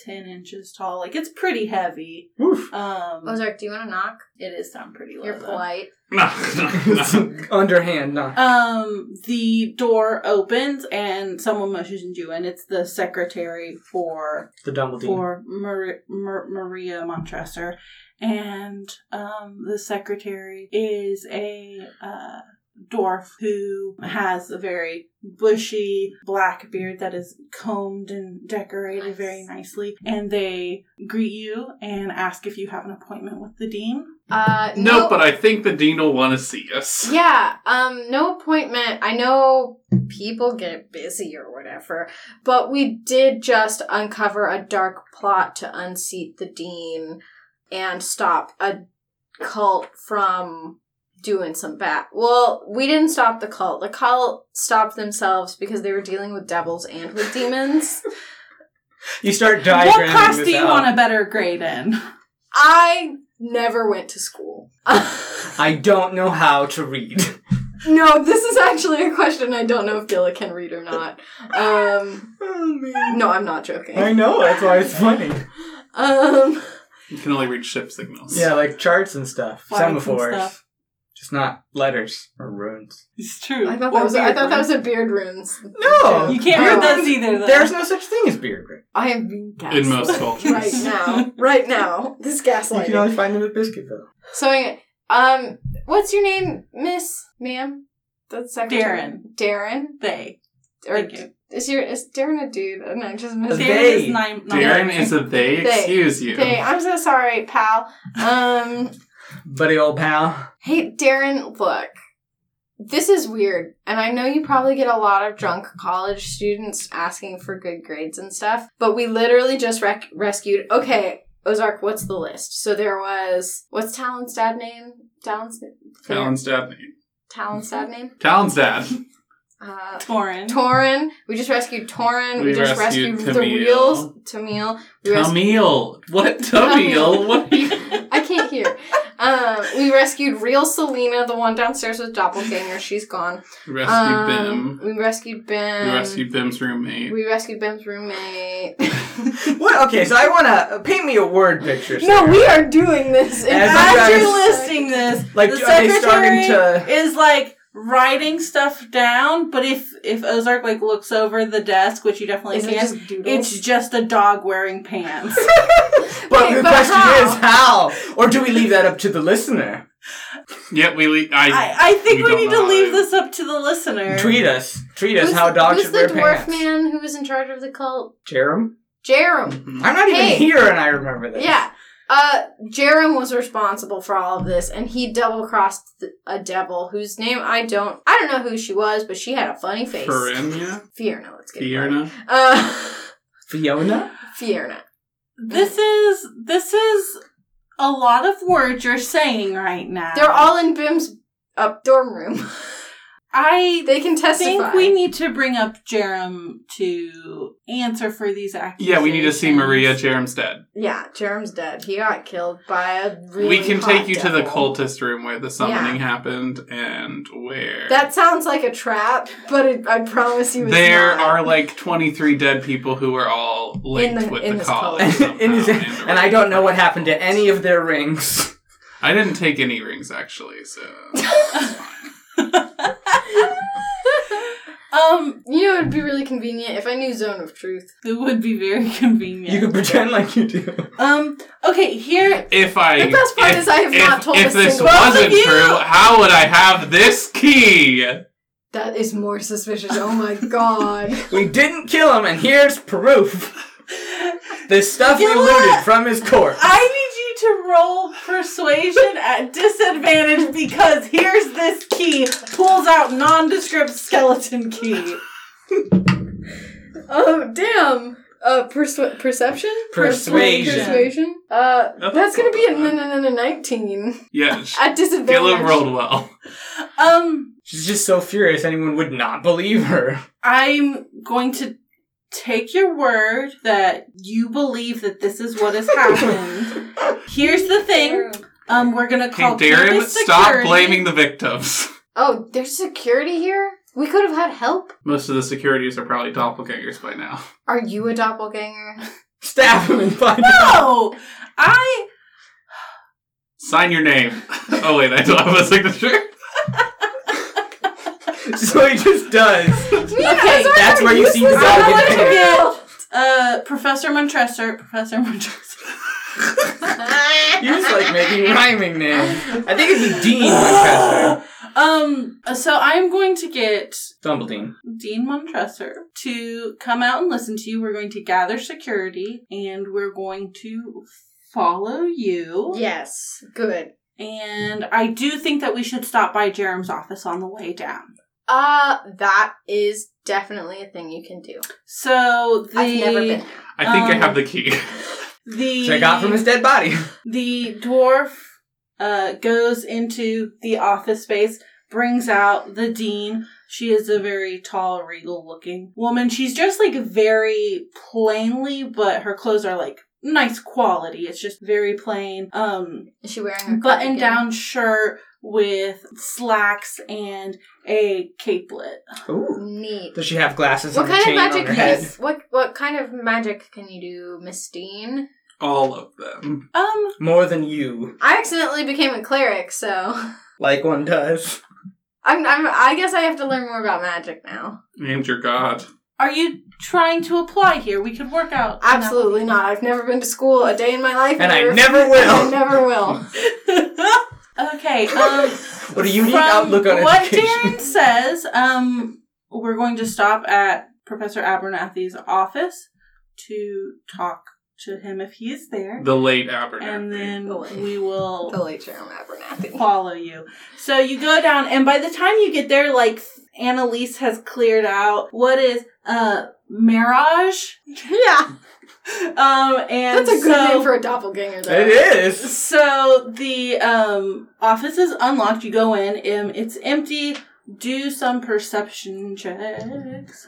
[SPEAKER 1] ten inches tall. Like it's pretty heavy.
[SPEAKER 4] Oof.
[SPEAKER 1] Um,
[SPEAKER 3] Ozark, do you want to knock?
[SPEAKER 1] it is down pretty low.
[SPEAKER 3] You're
[SPEAKER 1] though.
[SPEAKER 3] polite.
[SPEAKER 2] Knock, knock, knock.
[SPEAKER 4] Underhand knock.
[SPEAKER 1] Um, the door opens and someone motions you in. It's the secretary for
[SPEAKER 4] The Dumbledore.
[SPEAKER 1] for Mar- Mar- Maria Montressor, and um, the secretary is a uh, dwarf who has a very bushy black beard that is combed and decorated very nicely. And they greet you and ask if you have an appointment with the dean.
[SPEAKER 3] Uh,
[SPEAKER 2] No, but I think the dean will want to see us.
[SPEAKER 3] Yeah, um, no appointment. I know people get busy or whatever, but we did just uncover a dark plot to unseat the dean and stop a cult from doing some bad. Well, we didn't stop the cult. The cult stopped themselves because they were dealing with devils and with demons.
[SPEAKER 4] You start diagramming
[SPEAKER 1] What class
[SPEAKER 4] this
[SPEAKER 1] do you
[SPEAKER 4] out.
[SPEAKER 1] want a better grade in?
[SPEAKER 3] I never went to school.
[SPEAKER 4] I don't know how to read.
[SPEAKER 3] no, this is actually a question I don't know if Gilla can read or not. Um
[SPEAKER 4] oh man.
[SPEAKER 3] No, I'm not joking.
[SPEAKER 4] I know. That's why it's funny.
[SPEAKER 3] Um,
[SPEAKER 2] You can only read ship signals.
[SPEAKER 4] Yeah, like charts and stuff,
[SPEAKER 1] Flags and
[SPEAKER 4] semaphores,
[SPEAKER 1] stuff.
[SPEAKER 4] just not letters or runes.
[SPEAKER 1] It's true.
[SPEAKER 3] I thought
[SPEAKER 1] Or
[SPEAKER 3] that was I
[SPEAKER 1] weird
[SPEAKER 3] thought that
[SPEAKER 1] ones.
[SPEAKER 3] was a beard runes.
[SPEAKER 4] No,
[SPEAKER 1] You can't
[SPEAKER 3] Beard
[SPEAKER 1] read those
[SPEAKER 3] runes.
[SPEAKER 1] either, though.
[SPEAKER 4] There's no such thing as beard rune.
[SPEAKER 3] I am being gaslit
[SPEAKER 2] In most cultures.
[SPEAKER 3] right now. Right now, this is
[SPEAKER 4] You can
[SPEAKER 3] gaslighting.
[SPEAKER 4] only find them at Biscuitville.
[SPEAKER 3] So, anyway, um, what's your name, Miss, ma'am? That's secretary.
[SPEAKER 1] Darren.
[SPEAKER 3] Darren.
[SPEAKER 1] they.
[SPEAKER 3] Or
[SPEAKER 1] Thank you.
[SPEAKER 3] is your is Darren a dude? And I just missed.
[SPEAKER 4] They.
[SPEAKER 1] Darren is nine.
[SPEAKER 2] Darren is a they,
[SPEAKER 3] They.
[SPEAKER 2] excuse you.
[SPEAKER 3] Okay, I'm so sorry, pal. Um,
[SPEAKER 4] Buddy, old pal.
[SPEAKER 3] Hey, Darren, look. This is weird, and I know you probably get a lot of drunk college students asking for good grades and stuff, but we literally just rec- rescued. Okay, Ozark, what's the list? So there was. What's Talon's dad name? Talon's,
[SPEAKER 2] Talon's dad name.
[SPEAKER 3] Talon's dad name?
[SPEAKER 2] Talon's dad.
[SPEAKER 3] Uh,
[SPEAKER 1] Torin.
[SPEAKER 3] Torin. We just rescued Torin. We,
[SPEAKER 2] We
[SPEAKER 3] just rescued,
[SPEAKER 2] rescued
[SPEAKER 3] the
[SPEAKER 2] Tamil.
[SPEAKER 3] real Tamil. We res-
[SPEAKER 2] Tamil. What
[SPEAKER 3] Tamil.
[SPEAKER 2] Tamil? What are you
[SPEAKER 3] I can't hear. Um, we rescued real Selena, the one downstairs with doppelganger. She's gone.
[SPEAKER 2] We rescued Bim.
[SPEAKER 3] Um, We rescued Bim.
[SPEAKER 2] We rescued Bim's roommate.
[SPEAKER 3] We rescued Bim's roommate.
[SPEAKER 4] What? Okay, so I want to paint me a word picture.
[SPEAKER 3] no, we are doing this.
[SPEAKER 4] As you
[SPEAKER 1] As
[SPEAKER 4] guys-
[SPEAKER 1] you're listening this,
[SPEAKER 4] Like,
[SPEAKER 1] the
[SPEAKER 4] are they
[SPEAKER 1] secretary
[SPEAKER 4] starting to?
[SPEAKER 1] is like writing stuff down. But if if Ozark like looks over the desk, which you definitely
[SPEAKER 3] Is it
[SPEAKER 1] can,
[SPEAKER 3] just doodles?
[SPEAKER 1] it's just a dog wearing pants.
[SPEAKER 4] But
[SPEAKER 3] Wait,
[SPEAKER 4] the
[SPEAKER 3] but
[SPEAKER 4] question
[SPEAKER 3] how?
[SPEAKER 4] is how, or do we leave that up to the listener?
[SPEAKER 2] yeah, we le-
[SPEAKER 1] I,
[SPEAKER 2] I,
[SPEAKER 1] I think
[SPEAKER 2] We
[SPEAKER 1] we,
[SPEAKER 2] don't
[SPEAKER 1] need to
[SPEAKER 2] know.
[SPEAKER 1] leave this up to the listener.
[SPEAKER 4] Tweet us. Tweet us
[SPEAKER 3] Who's-
[SPEAKER 4] how dogs
[SPEAKER 3] Who's
[SPEAKER 4] should
[SPEAKER 3] the
[SPEAKER 4] wear
[SPEAKER 3] dwarf
[SPEAKER 4] pants.
[SPEAKER 3] man who was in charge of the cult?
[SPEAKER 4] Jerem.
[SPEAKER 3] Jerem.
[SPEAKER 4] I'm not even
[SPEAKER 3] Hey.
[SPEAKER 4] here, and I remember this.
[SPEAKER 3] Yeah. Uh, Jerem was responsible for all of this, and he double crossed a devil whose name I don't. I don't know who she was, but she had a funny face.
[SPEAKER 2] Ferenia?
[SPEAKER 3] Fierna. Let's get it right.
[SPEAKER 2] Fierna?
[SPEAKER 3] Uh,
[SPEAKER 4] Fiona.
[SPEAKER 3] Fierna.
[SPEAKER 1] This is this is a lot of words you're saying right now.
[SPEAKER 3] They're all in Bim's uh, dorm room.
[SPEAKER 1] I
[SPEAKER 3] they can testify.
[SPEAKER 1] think we need to bring up Jerem to answer for these accusations.
[SPEAKER 2] Yeah, we need to see Maria Jerem's dad.
[SPEAKER 3] Yeah, Jerem's dead. He got killed by a really
[SPEAKER 2] We can
[SPEAKER 3] hot
[SPEAKER 2] take you to the
[SPEAKER 3] devil.
[SPEAKER 2] cultist room where the summoning happened and where
[SPEAKER 3] That sounds like a trap, but it, I promise you, it's
[SPEAKER 2] there
[SPEAKER 3] not.
[SPEAKER 2] are like 23 dead people who are all linked
[SPEAKER 3] the-
[SPEAKER 2] with
[SPEAKER 3] in
[SPEAKER 2] the
[SPEAKER 3] this
[SPEAKER 2] call.
[SPEAKER 3] cult.
[SPEAKER 2] somehow
[SPEAKER 4] In his-
[SPEAKER 2] and
[SPEAKER 4] and I don't know what happened to any of their rings.
[SPEAKER 2] I didn't take any rings actually, so
[SPEAKER 1] Um,
[SPEAKER 3] You know, it would be really convenient if I knew Zone of Truth.
[SPEAKER 1] it would be very convenient.
[SPEAKER 4] You could pretend like you do.
[SPEAKER 1] um, okay, here.
[SPEAKER 2] If I
[SPEAKER 3] The best part
[SPEAKER 2] if,
[SPEAKER 3] is I have not
[SPEAKER 2] if-
[SPEAKER 3] told
[SPEAKER 2] if
[SPEAKER 3] a
[SPEAKER 2] this
[SPEAKER 3] single one of
[SPEAKER 2] wasn't
[SPEAKER 3] you.
[SPEAKER 2] true, how would I have this key?
[SPEAKER 3] That is more suspicious. Oh my god.
[SPEAKER 4] We didn't kill him, and here's proof. The stuff we
[SPEAKER 1] You know
[SPEAKER 4] looted
[SPEAKER 1] what?
[SPEAKER 4] from his corpse.
[SPEAKER 1] I need you to roll persuasion at disadvantage because here's this key. Pulls out nondescript skeleton key.
[SPEAKER 3] Oh damn! Uh, persu- perception,
[SPEAKER 4] Persuasion.
[SPEAKER 3] persuasion. Uh,
[SPEAKER 2] That's
[SPEAKER 3] that's gonna be a
[SPEAKER 2] not bad.
[SPEAKER 3] n- n- n- nineteen
[SPEAKER 2] Yeah,
[SPEAKER 3] at disadvantage.
[SPEAKER 2] Gilliam rolled well.
[SPEAKER 1] Um,
[SPEAKER 4] She's just so furious anyone would not believe her.
[SPEAKER 1] I'm going to take your word that you believe that this is what has happened. Here's the thing. Um, we're gonna
[SPEAKER 2] Hey,
[SPEAKER 1] call
[SPEAKER 2] Darren,
[SPEAKER 1] campus
[SPEAKER 2] stop
[SPEAKER 1] security.
[SPEAKER 2] blaming the victims.
[SPEAKER 5] Oh, there's security here? We could have had help.
[SPEAKER 2] Most of the securities are probably doppelgangers by now.
[SPEAKER 5] Are you a doppelganger?
[SPEAKER 4] Stab him and find out.
[SPEAKER 1] No, I
[SPEAKER 2] Sign your name. oh wait, I don't have a signature.
[SPEAKER 4] So he just does.
[SPEAKER 3] Okay,
[SPEAKER 4] That's where you see the
[SPEAKER 1] I
[SPEAKER 4] dog
[SPEAKER 1] want
[SPEAKER 4] in
[SPEAKER 1] to
[SPEAKER 4] there.
[SPEAKER 1] get uh Professor Montressor. Professor Montressor.
[SPEAKER 4] You're just like making rhyming names. I think it'd be Dean Winchester.
[SPEAKER 1] um. So I'm going to get
[SPEAKER 4] Dumbledore.
[SPEAKER 1] Dean Montressor to come out and listen to you. We're going to gather security and we're going to follow you.
[SPEAKER 3] Yes, good.
[SPEAKER 1] And I do think that we should stop by Jerem's office on the way down.
[SPEAKER 3] Uh, that is definitely a thing you can do.
[SPEAKER 1] So the
[SPEAKER 3] I've never been.
[SPEAKER 2] I think I
[SPEAKER 1] Um,
[SPEAKER 2] have the key.
[SPEAKER 1] the
[SPEAKER 4] Which I got from his dead body.
[SPEAKER 1] the dwarf uh, goes into the office space, brings out the dean. She is a very tall, regal looking woman. She's dressed like very plainly, but her clothes are like nice quality. It's just very plain. Um,
[SPEAKER 3] Is she wearing a
[SPEAKER 1] button
[SPEAKER 3] cardigan?
[SPEAKER 1] down shirt with slacks and a capelet.
[SPEAKER 4] Ooh.
[SPEAKER 3] Neat.
[SPEAKER 4] Does she have glasses
[SPEAKER 3] What
[SPEAKER 4] and a
[SPEAKER 3] kind of
[SPEAKER 4] chain on
[SPEAKER 3] magic?
[SPEAKER 4] her
[SPEAKER 3] Can
[SPEAKER 4] head?
[SPEAKER 3] you, what what kind of magic can you do, Miss Dean?
[SPEAKER 2] All of them.
[SPEAKER 1] Um,
[SPEAKER 4] More than you,
[SPEAKER 3] I accidentally became a cleric, so
[SPEAKER 4] like one does.
[SPEAKER 3] I'm, I'm. I guess I have to learn more about magic now.
[SPEAKER 2] Named your god.
[SPEAKER 1] Are you trying to apply here? We could work out. an
[SPEAKER 3] Absolutely not. I've never been to school a day in my life,
[SPEAKER 4] And I
[SPEAKER 3] refuse-
[SPEAKER 4] never will.
[SPEAKER 3] and I never will.
[SPEAKER 1] application. okay. Um,
[SPEAKER 4] What a unique
[SPEAKER 1] from
[SPEAKER 4] outlook on
[SPEAKER 1] what
[SPEAKER 4] education.
[SPEAKER 1] Darren says, um, we're going to stop at Professor Abernathy's office to talk to him if he is there,
[SPEAKER 2] The late Abernathy.
[SPEAKER 1] and then
[SPEAKER 3] The late-
[SPEAKER 1] we will
[SPEAKER 3] Oh, the late Jerome Abernathy.
[SPEAKER 1] follow you. So you go down, and by the time you get there, like Annalise has cleared out what is uh Mirage,
[SPEAKER 3] Yeah,
[SPEAKER 1] um, and
[SPEAKER 3] that's a good
[SPEAKER 1] so-
[SPEAKER 3] name for a doppelganger. Though.
[SPEAKER 4] It is.
[SPEAKER 1] So the um, office is unlocked. You go in. Um, it's empty. Do some perception checks.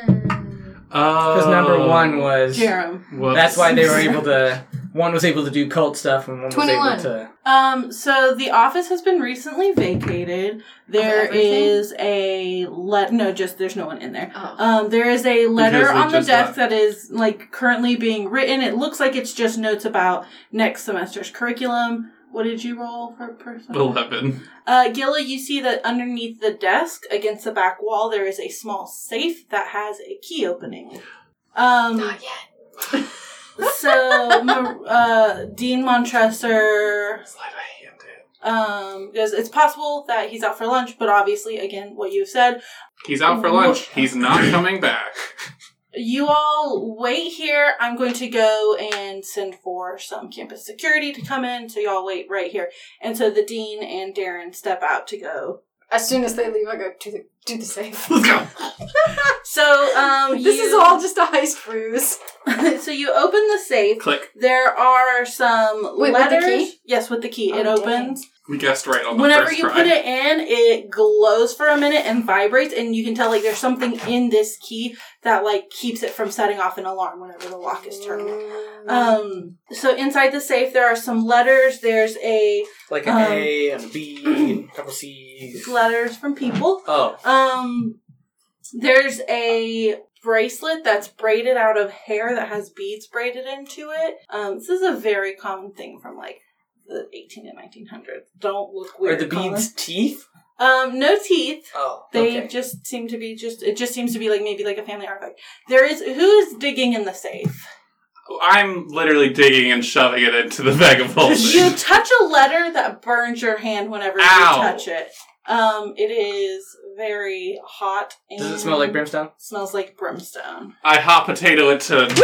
[SPEAKER 3] Perception.
[SPEAKER 4] Because
[SPEAKER 2] Because
[SPEAKER 4] number one was.
[SPEAKER 1] Jerem.
[SPEAKER 4] That's why they were able to. One was able to do cult stuff, and one was
[SPEAKER 3] 21.
[SPEAKER 4] able to.
[SPEAKER 1] Um, so the office has been recently vacated. There
[SPEAKER 3] everything?
[SPEAKER 1] is a let. No, just there's no one in there.
[SPEAKER 3] Oh.
[SPEAKER 1] Um, there is a letter
[SPEAKER 2] Because they
[SPEAKER 1] on the
[SPEAKER 2] just
[SPEAKER 1] desk
[SPEAKER 2] left.
[SPEAKER 1] that is like currently being written. It looks like it's just notes about next semester's curriculum. What did you roll for person?
[SPEAKER 2] Eleven.
[SPEAKER 1] Uh, Gilla, you see that underneath the desk, against the back wall, there is a small safe that has a key opening. Um,
[SPEAKER 3] Not yet.
[SPEAKER 1] so Ma- uh, Dean Montressor um, goes, it's possible that he's out for lunch, but obviously, again, what you've said,
[SPEAKER 2] He's out for lunch. He's not coming back.
[SPEAKER 1] you all wait here. I'm going to go and send for some campus security to come in, so y'all wait right here. And so the Dean and Darren step out to go.
[SPEAKER 3] As soon as they leave, I go to the to the safe.
[SPEAKER 2] Let's go.
[SPEAKER 1] So, um,
[SPEAKER 3] this is
[SPEAKER 1] you-
[SPEAKER 3] all just a heist ruse.
[SPEAKER 1] so you open the safe.
[SPEAKER 2] Click.
[SPEAKER 1] There are some
[SPEAKER 3] Wait, with the
[SPEAKER 1] letters.
[SPEAKER 3] key?
[SPEAKER 1] Yes, with the key.
[SPEAKER 3] Oh,
[SPEAKER 1] it
[SPEAKER 3] dang.
[SPEAKER 1] opens.
[SPEAKER 2] We guessed right on the
[SPEAKER 1] Whenever
[SPEAKER 2] first
[SPEAKER 1] you
[SPEAKER 2] try.
[SPEAKER 1] put it in, it glows for a minute and vibrates, and you can tell like there's something in this key that like keeps it from setting off an alarm whenever the lock is turned. Um, so inside the safe there are some letters. There's a
[SPEAKER 4] Like
[SPEAKER 1] an
[SPEAKER 4] an
[SPEAKER 1] Um,
[SPEAKER 4] A and a B and a couple C's.
[SPEAKER 1] letters from people.
[SPEAKER 4] Oh.
[SPEAKER 1] Um, there's a bracelet that's braided out of hair that has beads braided into it. Um, this is a very common thing from like the 18 and 1900s. Don't look
[SPEAKER 4] Are
[SPEAKER 1] weird.
[SPEAKER 4] the
[SPEAKER 1] Colin.
[SPEAKER 4] beads teeth?
[SPEAKER 1] Um, no teeth.
[SPEAKER 4] Oh,
[SPEAKER 1] They
[SPEAKER 4] okay.
[SPEAKER 1] just seem to be just. It just seems to be like maybe like a family artifact. There is who's digging in the safe.
[SPEAKER 2] I'm literally digging and shoving it into the bag
[SPEAKER 4] Oh.
[SPEAKER 2] of holding.
[SPEAKER 1] You touch a letter that burns your hand whenever
[SPEAKER 2] Ow.
[SPEAKER 1] you touch it. Um, it is very hot. And
[SPEAKER 4] Does it smell like brimstone?
[SPEAKER 1] Smells like brimstone.
[SPEAKER 2] I hot potato it to.
[SPEAKER 1] Uh,
[SPEAKER 3] Does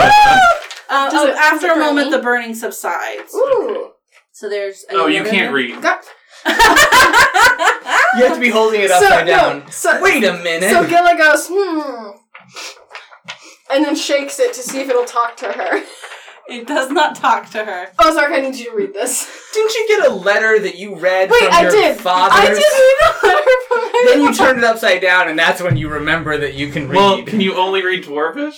[SPEAKER 1] oh,
[SPEAKER 3] it- does
[SPEAKER 1] after
[SPEAKER 3] it
[SPEAKER 1] a
[SPEAKER 3] burn
[SPEAKER 1] moment,
[SPEAKER 3] me?
[SPEAKER 1] the burning subsides.
[SPEAKER 3] Ooh.
[SPEAKER 1] So there's.
[SPEAKER 2] oh, you can't read.
[SPEAKER 3] Got-
[SPEAKER 4] You have to be holding it
[SPEAKER 3] So,
[SPEAKER 4] upside
[SPEAKER 3] no,
[SPEAKER 4] down.
[SPEAKER 3] so-
[SPEAKER 4] Wait a minute.
[SPEAKER 3] So Gilla goes, hmm. And then shakes it to see if it'll talk to her.
[SPEAKER 1] It does not talk to her.
[SPEAKER 3] Ozark, I need you to read this.
[SPEAKER 4] Didn't you get a letter that you read
[SPEAKER 3] Wait,
[SPEAKER 4] from
[SPEAKER 3] I
[SPEAKER 4] your
[SPEAKER 3] did.
[SPEAKER 4] father?
[SPEAKER 3] I did read a letter from my
[SPEAKER 4] Then you turned it upside down, and that's when you remember that you can read.
[SPEAKER 2] Well, can you only read dwarfish?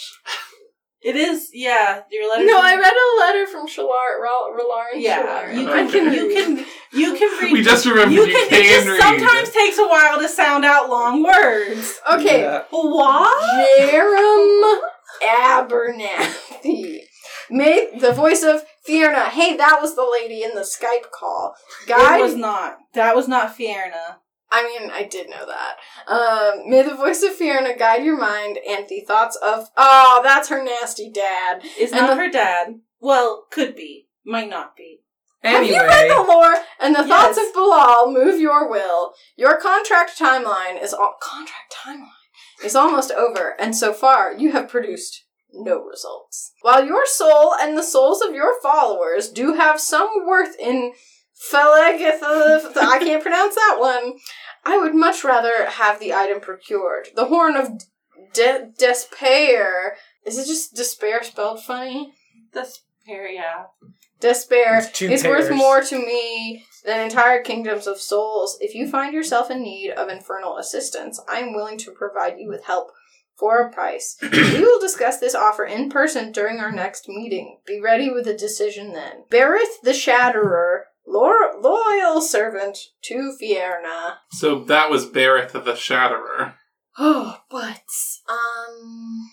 [SPEAKER 1] It is. Yeah, your letter.
[SPEAKER 3] No, I read a letter from Shalar, Ra- Ralaran
[SPEAKER 1] Yeah,
[SPEAKER 3] Shalar.
[SPEAKER 1] you
[SPEAKER 2] I
[SPEAKER 1] can,
[SPEAKER 2] can
[SPEAKER 1] you can you can read.
[SPEAKER 2] We just remembered you,
[SPEAKER 1] you can.
[SPEAKER 2] can,
[SPEAKER 1] it just
[SPEAKER 2] read.
[SPEAKER 1] sometimes takes a while to sound out long words.
[SPEAKER 3] Okay.
[SPEAKER 4] Yeah.
[SPEAKER 1] What?
[SPEAKER 3] Jerem Abernathy. Make the voice of Fierna. Hey, that was the lady in the Skype call.
[SPEAKER 1] That
[SPEAKER 3] Guide
[SPEAKER 1] was not. That was not Fierna.
[SPEAKER 3] I mean, I did know that. Um, may the voice of Fiona guide your mind and the thoughts of. Oh, that's her nasty dad.
[SPEAKER 1] It's
[SPEAKER 3] And
[SPEAKER 1] not
[SPEAKER 3] the-
[SPEAKER 1] her dad. Well, could be. Might not be.
[SPEAKER 3] Have
[SPEAKER 4] anyway,
[SPEAKER 3] you read the lore? And the thoughts
[SPEAKER 1] Yes.
[SPEAKER 3] of Bilal move your will. Your contract timeline is all contract timeline is almost over, and so far you have produced no results. While your soul and the souls of your followers do have some worth in Felagath, I can't pronounce that one. I would much rather have the item procured. The horn of de- despair. Is it just despair spelled funny?
[SPEAKER 1] That's fair, yeah.
[SPEAKER 3] Despair
[SPEAKER 4] It's two
[SPEAKER 3] is worth
[SPEAKER 4] pairs.
[SPEAKER 3] more to me than entire kingdoms of souls. If you find yourself in need of infernal assistance, I am willing to provide you with help for a price. we will discuss this offer in person during our next meeting. Be ready with a decision then. Beareth the Shatterer, lor- loyal servant to Fierna.
[SPEAKER 2] So that was Bareth of the Shatterer.
[SPEAKER 3] Oh, but um,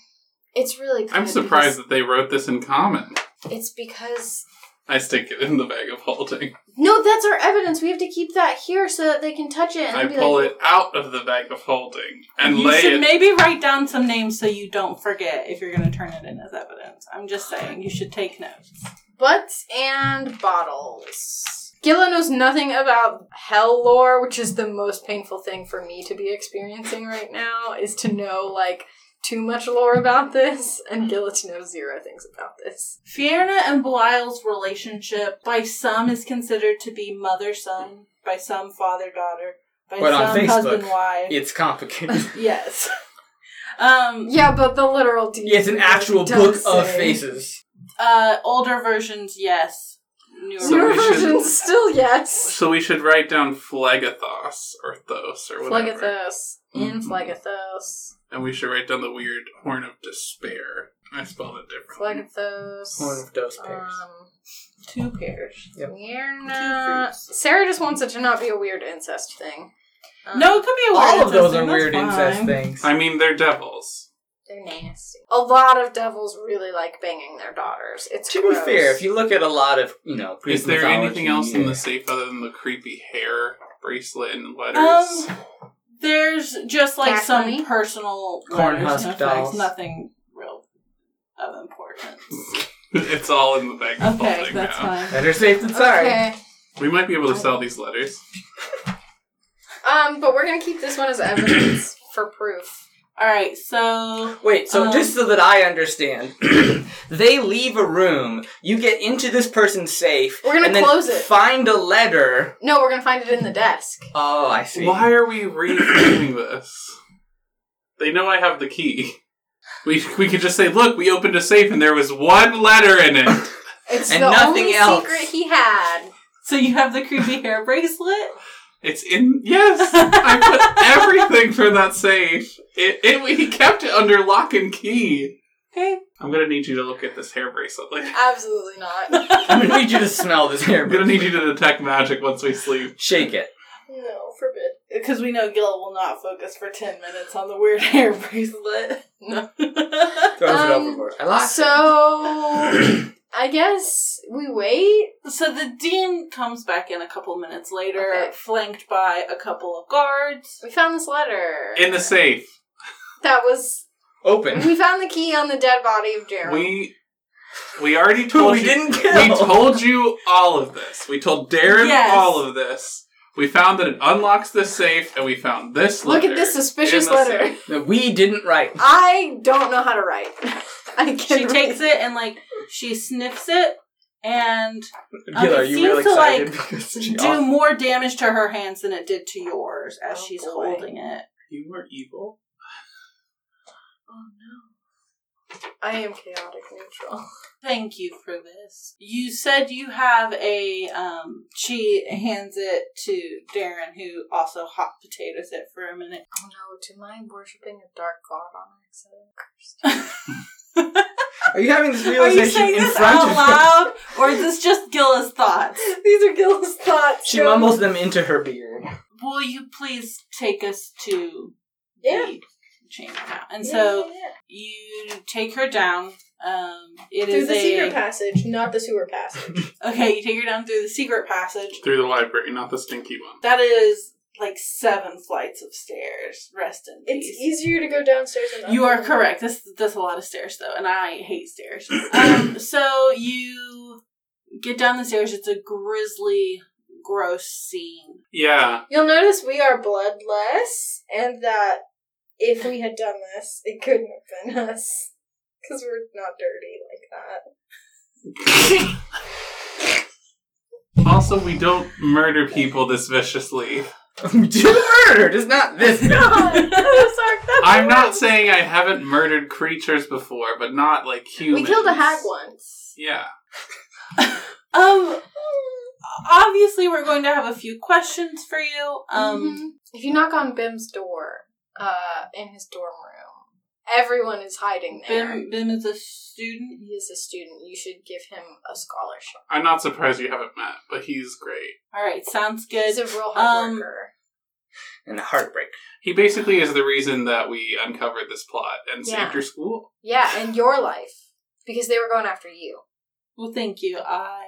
[SPEAKER 3] it's really. Good
[SPEAKER 2] I'm surprised that they wrote this in common.
[SPEAKER 3] because- It's because
[SPEAKER 2] I stick it in the bag of holding.
[SPEAKER 3] no, that's our evidence. We have to keep that here so that they can touch it and
[SPEAKER 2] I
[SPEAKER 3] be
[SPEAKER 2] pull
[SPEAKER 3] like,
[SPEAKER 2] it out of the bag of holding and
[SPEAKER 1] you
[SPEAKER 2] lay
[SPEAKER 1] should
[SPEAKER 2] it.
[SPEAKER 1] maybe write down some names so you don't forget if you're going to turn it in as evidence. I'm just saying you should take notes.
[SPEAKER 3] butts and bottles. Gila knows nothing about hell lore, which is the most painful thing for me to be experiencing right now, is to know like too much lore about this, and Gila to know zero things about this.
[SPEAKER 1] Fierna and Belial's relationship, by some, is considered to be mother son, by some father daughter, by
[SPEAKER 4] But on
[SPEAKER 1] some
[SPEAKER 4] Facebook,
[SPEAKER 1] husband wife.
[SPEAKER 4] it's complicated.
[SPEAKER 1] Yes. Um,
[SPEAKER 3] Yeah, but the literal deed.
[SPEAKER 4] it's an actual
[SPEAKER 3] does
[SPEAKER 4] book of
[SPEAKER 3] say-
[SPEAKER 4] faces.
[SPEAKER 1] uh, older versions, yes. Newer
[SPEAKER 2] So
[SPEAKER 3] Your
[SPEAKER 2] we should-
[SPEAKER 3] version still yes.
[SPEAKER 2] So we should write down Phlegathos or Thos or whatever.
[SPEAKER 3] Phlegathos. In
[SPEAKER 2] Mhm.
[SPEAKER 3] Phlegathos.
[SPEAKER 2] And we should write down the weird horn of despair. I spelled it differently.
[SPEAKER 4] One
[SPEAKER 3] Phlegathos.
[SPEAKER 4] of those pairs.
[SPEAKER 3] Um,
[SPEAKER 1] Two pairs.
[SPEAKER 4] Yep.
[SPEAKER 3] We're not. Sarah just wants it to not be a weird incest thing. Um,
[SPEAKER 1] No, it could be a weird
[SPEAKER 4] All of
[SPEAKER 1] incest
[SPEAKER 4] those
[SPEAKER 1] thing,
[SPEAKER 4] are
[SPEAKER 1] that's
[SPEAKER 4] weird incest
[SPEAKER 1] fine.
[SPEAKER 4] things.
[SPEAKER 2] I mean, they're devils.
[SPEAKER 3] they're nasty. A lot of devils really like banging their daughters. It's
[SPEAKER 4] to be
[SPEAKER 3] gross.
[SPEAKER 4] fair, if you look at a lot of you know, Greek
[SPEAKER 2] Is there
[SPEAKER 4] mythology,
[SPEAKER 2] anything else in
[SPEAKER 4] yeah.
[SPEAKER 2] the safe other than the creepy hair bracelet and letters?
[SPEAKER 1] Um, there's just like
[SPEAKER 3] Cash
[SPEAKER 1] some
[SPEAKER 3] money?
[SPEAKER 1] personal
[SPEAKER 4] Corn
[SPEAKER 1] letters
[SPEAKER 4] husk
[SPEAKER 1] and effects,
[SPEAKER 4] dolls.
[SPEAKER 1] Nothing real of importance.
[SPEAKER 2] it's all in the bag of
[SPEAKER 1] Okay,
[SPEAKER 2] holding
[SPEAKER 1] that's
[SPEAKER 2] now.
[SPEAKER 1] fine.
[SPEAKER 4] better safe than sorry.
[SPEAKER 3] Okay.
[SPEAKER 2] We might be able to sell these letters.
[SPEAKER 3] Um, but we're gonna keep this one as evidence for proof.
[SPEAKER 1] All right, so
[SPEAKER 4] Wait, so
[SPEAKER 1] Um,
[SPEAKER 4] just so that I understand, they leave a room. You get into this person's safe.
[SPEAKER 3] We're gonna
[SPEAKER 4] and then
[SPEAKER 3] close it.
[SPEAKER 4] Find a letter.
[SPEAKER 3] No, we're gonna find it in the desk.
[SPEAKER 4] Oh, I see.
[SPEAKER 2] Why are we reframing this? They know I have the key. We we could just say, look, we opened a safe and there was one letter in it.
[SPEAKER 3] It's
[SPEAKER 4] And
[SPEAKER 3] the
[SPEAKER 4] nothing
[SPEAKER 3] only
[SPEAKER 4] else.
[SPEAKER 3] secret he had.
[SPEAKER 1] so you have the creepy hair bracelet.
[SPEAKER 2] It's in yes. I put everything from that safe. It, it he kept it under lock and key.
[SPEAKER 1] Okay.
[SPEAKER 2] I'm gonna need you to look at this hair bracelet. Like,
[SPEAKER 3] Absolutely not.
[SPEAKER 4] I'm gonna need you to smell this hair.
[SPEAKER 2] I'm gonna need you to detect magic once we sleep.
[SPEAKER 4] Shake it.
[SPEAKER 3] No, forbid.
[SPEAKER 1] Because we know Gil will not focus for ten minutes on the weird hair bracelet. No.
[SPEAKER 4] Throws
[SPEAKER 3] Um,
[SPEAKER 4] it overboard. I lost it.
[SPEAKER 3] So I guess we wait.
[SPEAKER 1] So the dean comes back in a couple minutes later,
[SPEAKER 3] Okay.
[SPEAKER 1] flanked by a couple of guards.
[SPEAKER 3] We found this letter.
[SPEAKER 2] In the safe,
[SPEAKER 3] that was
[SPEAKER 4] Open.
[SPEAKER 3] we found the key on the dead body of Gerald.
[SPEAKER 2] we we already
[SPEAKER 4] Who
[SPEAKER 2] told
[SPEAKER 4] we
[SPEAKER 2] you.
[SPEAKER 4] didn't
[SPEAKER 2] We
[SPEAKER 4] kill.
[SPEAKER 2] told you all of this. We told Darren
[SPEAKER 1] Yes.
[SPEAKER 2] all of this. We found that it unlocks this safe, and we found this.
[SPEAKER 3] Look
[SPEAKER 2] letter
[SPEAKER 3] at this suspicious
[SPEAKER 2] in the
[SPEAKER 3] letter.
[SPEAKER 2] safe.
[SPEAKER 4] that we didn't write.
[SPEAKER 3] I don't know how to write. I can
[SPEAKER 1] She takes it and like she sniffs it and Um,
[SPEAKER 4] Gila,
[SPEAKER 1] it
[SPEAKER 4] you
[SPEAKER 1] seems
[SPEAKER 4] real
[SPEAKER 1] to,
[SPEAKER 4] excited
[SPEAKER 1] like,
[SPEAKER 4] because she
[SPEAKER 1] do
[SPEAKER 4] off-
[SPEAKER 1] more damage to her hands than it did to yours as
[SPEAKER 3] Oh,
[SPEAKER 1] she's
[SPEAKER 3] boy.
[SPEAKER 1] holding it.
[SPEAKER 2] You were evil.
[SPEAKER 3] I am chaotic neutral.
[SPEAKER 1] Thank you for this. You said you have a. Um, she hands it to Darren, who also hot potatoes it for a minute.
[SPEAKER 3] Oh no, do I worshipping a dark god on accident?
[SPEAKER 4] Are you having this
[SPEAKER 1] Are you
[SPEAKER 4] realization
[SPEAKER 1] saying
[SPEAKER 4] in
[SPEAKER 1] this
[SPEAKER 4] front
[SPEAKER 1] out
[SPEAKER 4] of her?
[SPEAKER 1] loud, or is this just Gilla's thoughts?
[SPEAKER 3] These are Gil's thoughts.
[SPEAKER 4] She
[SPEAKER 3] Gil.
[SPEAKER 4] mumbles them into her beard.
[SPEAKER 1] Will you please take us to
[SPEAKER 3] Yeah.
[SPEAKER 1] the chamber now? And
[SPEAKER 3] Yeah,
[SPEAKER 1] so
[SPEAKER 3] yeah, yeah.
[SPEAKER 1] you take her down. Um, it
[SPEAKER 3] through
[SPEAKER 1] is
[SPEAKER 3] the secret
[SPEAKER 1] a
[SPEAKER 3] passage, not the sewer passage.
[SPEAKER 1] okay. You take her down through the secret passage.
[SPEAKER 2] Through the library, not the stinky one.
[SPEAKER 1] That is like seven flights of stairs. Rest in
[SPEAKER 3] it's
[SPEAKER 1] peace.
[SPEAKER 3] easier to go downstairs than up.
[SPEAKER 1] You are correct. This that's a lot of stairs though, and I hate stairs. Um, so you get down the stairs. It's a grisly, gross scene.
[SPEAKER 2] Yeah,
[SPEAKER 3] You'll notice we are bloodless, and that if we had done this, it couldn't have been us. Because we're not dirty like that.
[SPEAKER 2] Also, we don't murder people this viciously.
[SPEAKER 4] We do murder, just not this.
[SPEAKER 2] I'm not saying I haven't murdered creatures before, but not like humans.
[SPEAKER 3] We killed a hag once.
[SPEAKER 2] Yeah.
[SPEAKER 1] Um, obviously we're going to have a few questions for you. Um,
[SPEAKER 3] If you knock on Bim's door, uh, in his dorm room, everyone is hiding there.
[SPEAKER 1] Bim Bim is a student.
[SPEAKER 3] He is a student. You should give him a scholarship.
[SPEAKER 2] I'm not surprised you haven't met, but he's great.
[SPEAKER 1] All right, sounds
[SPEAKER 3] He's
[SPEAKER 1] good.
[SPEAKER 3] a real hard
[SPEAKER 1] Um,
[SPEAKER 3] worker.
[SPEAKER 4] And a heartbreak.
[SPEAKER 2] He basically is the reason that we uncovered this plot and
[SPEAKER 3] Yeah.
[SPEAKER 2] saved your school.
[SPEAKER 3] Yeah, and your life. Because they were going after you.
[SPEAKER 1] Well, thank you. I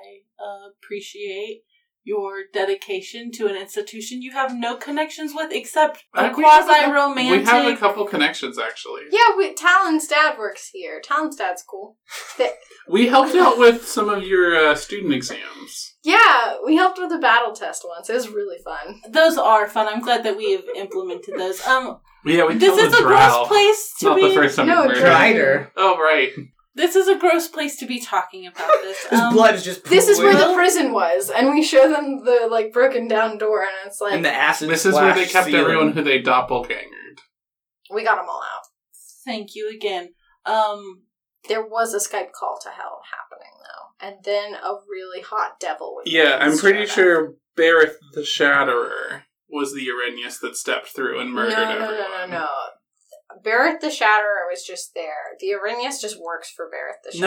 [SPEAKER 1] appreciate your dedication to an institution you have no connections with except a
[SPEAKER 2] Uh, we have a
[SPEAKER 1] quasi
[SPEAKER 2] We have a
[SPEAKER 1] romantic.
[SPEAKER 2] couple connections actually.
[SPEAKER 3] Yeah, we, Talon's dad works here. Talon's dad's cool.
[SPEAKER 2] We helped out with some of your uh, student exams.
[SPEAKER 3] Yeah, we helped with a battle test once. It was really fun.
[SPEAKER 1] Those are fun. I'm glad that we have implemented those. Um,
[SPEAKER 2] Yeah, we
[SPEAKER 1] this
[SPEAKER 2] killed
[SPEAKER 1] is a
[SPEAKER 2] drow.
[SPEAKER 1] gross place to
[SPEAKER 2] Not
[SPEAKER 1] be.
[SPEAKER 2] the first time
[SPEAKER 3] No,
[SPEAKER 2] we murdered.
[SPEAKER 3] drow.
[SPEAKER 4] Drider.
[SPEAKER 2] Oh right.
[SPEAKER 1] This is a gross place to be talking about this.
[SPEAKER 4] His
[SPEAKER 1] Um,
[SPEAKER 4] blood is just.
[SPEAKER 3] This is where the
[SPEAKER 1] Well-
[SPEAKER 3] prison was, and we show them the like broken down door, and it's like
[SPEAKER 4] And the acid.
[SPEAKER 2] This is where they
[SPEAKER 4] splashed
[SPEAKER 2] kept
[SPEAKER 4] ceiling.
[SPEAKER 2] everyone who they doppelgangered.
[SPEAKER 3] we got them all out.
[SPEAKER 1] Thank you again. Um,
[SPEAKER 3] There was a Skype call to hell happening though, and then a really hot devil. With
[SPEAKER 2] Yeah, I'm
[SPEAKER 3] wings
[SPEAKER 2] pretty
[SPEAKER 3] showed up.
[SPEAKER 2] sure Barith the Shatterer was the Arrhenius that stepped through and murdered
[SPEAKER 3] no, no,
[SPEAKER 2] everyone.
[SPEAKER 3] no, no, no. Barrett the Shatterer was just there. The Arrhenius just works for Barrett the Shatterer.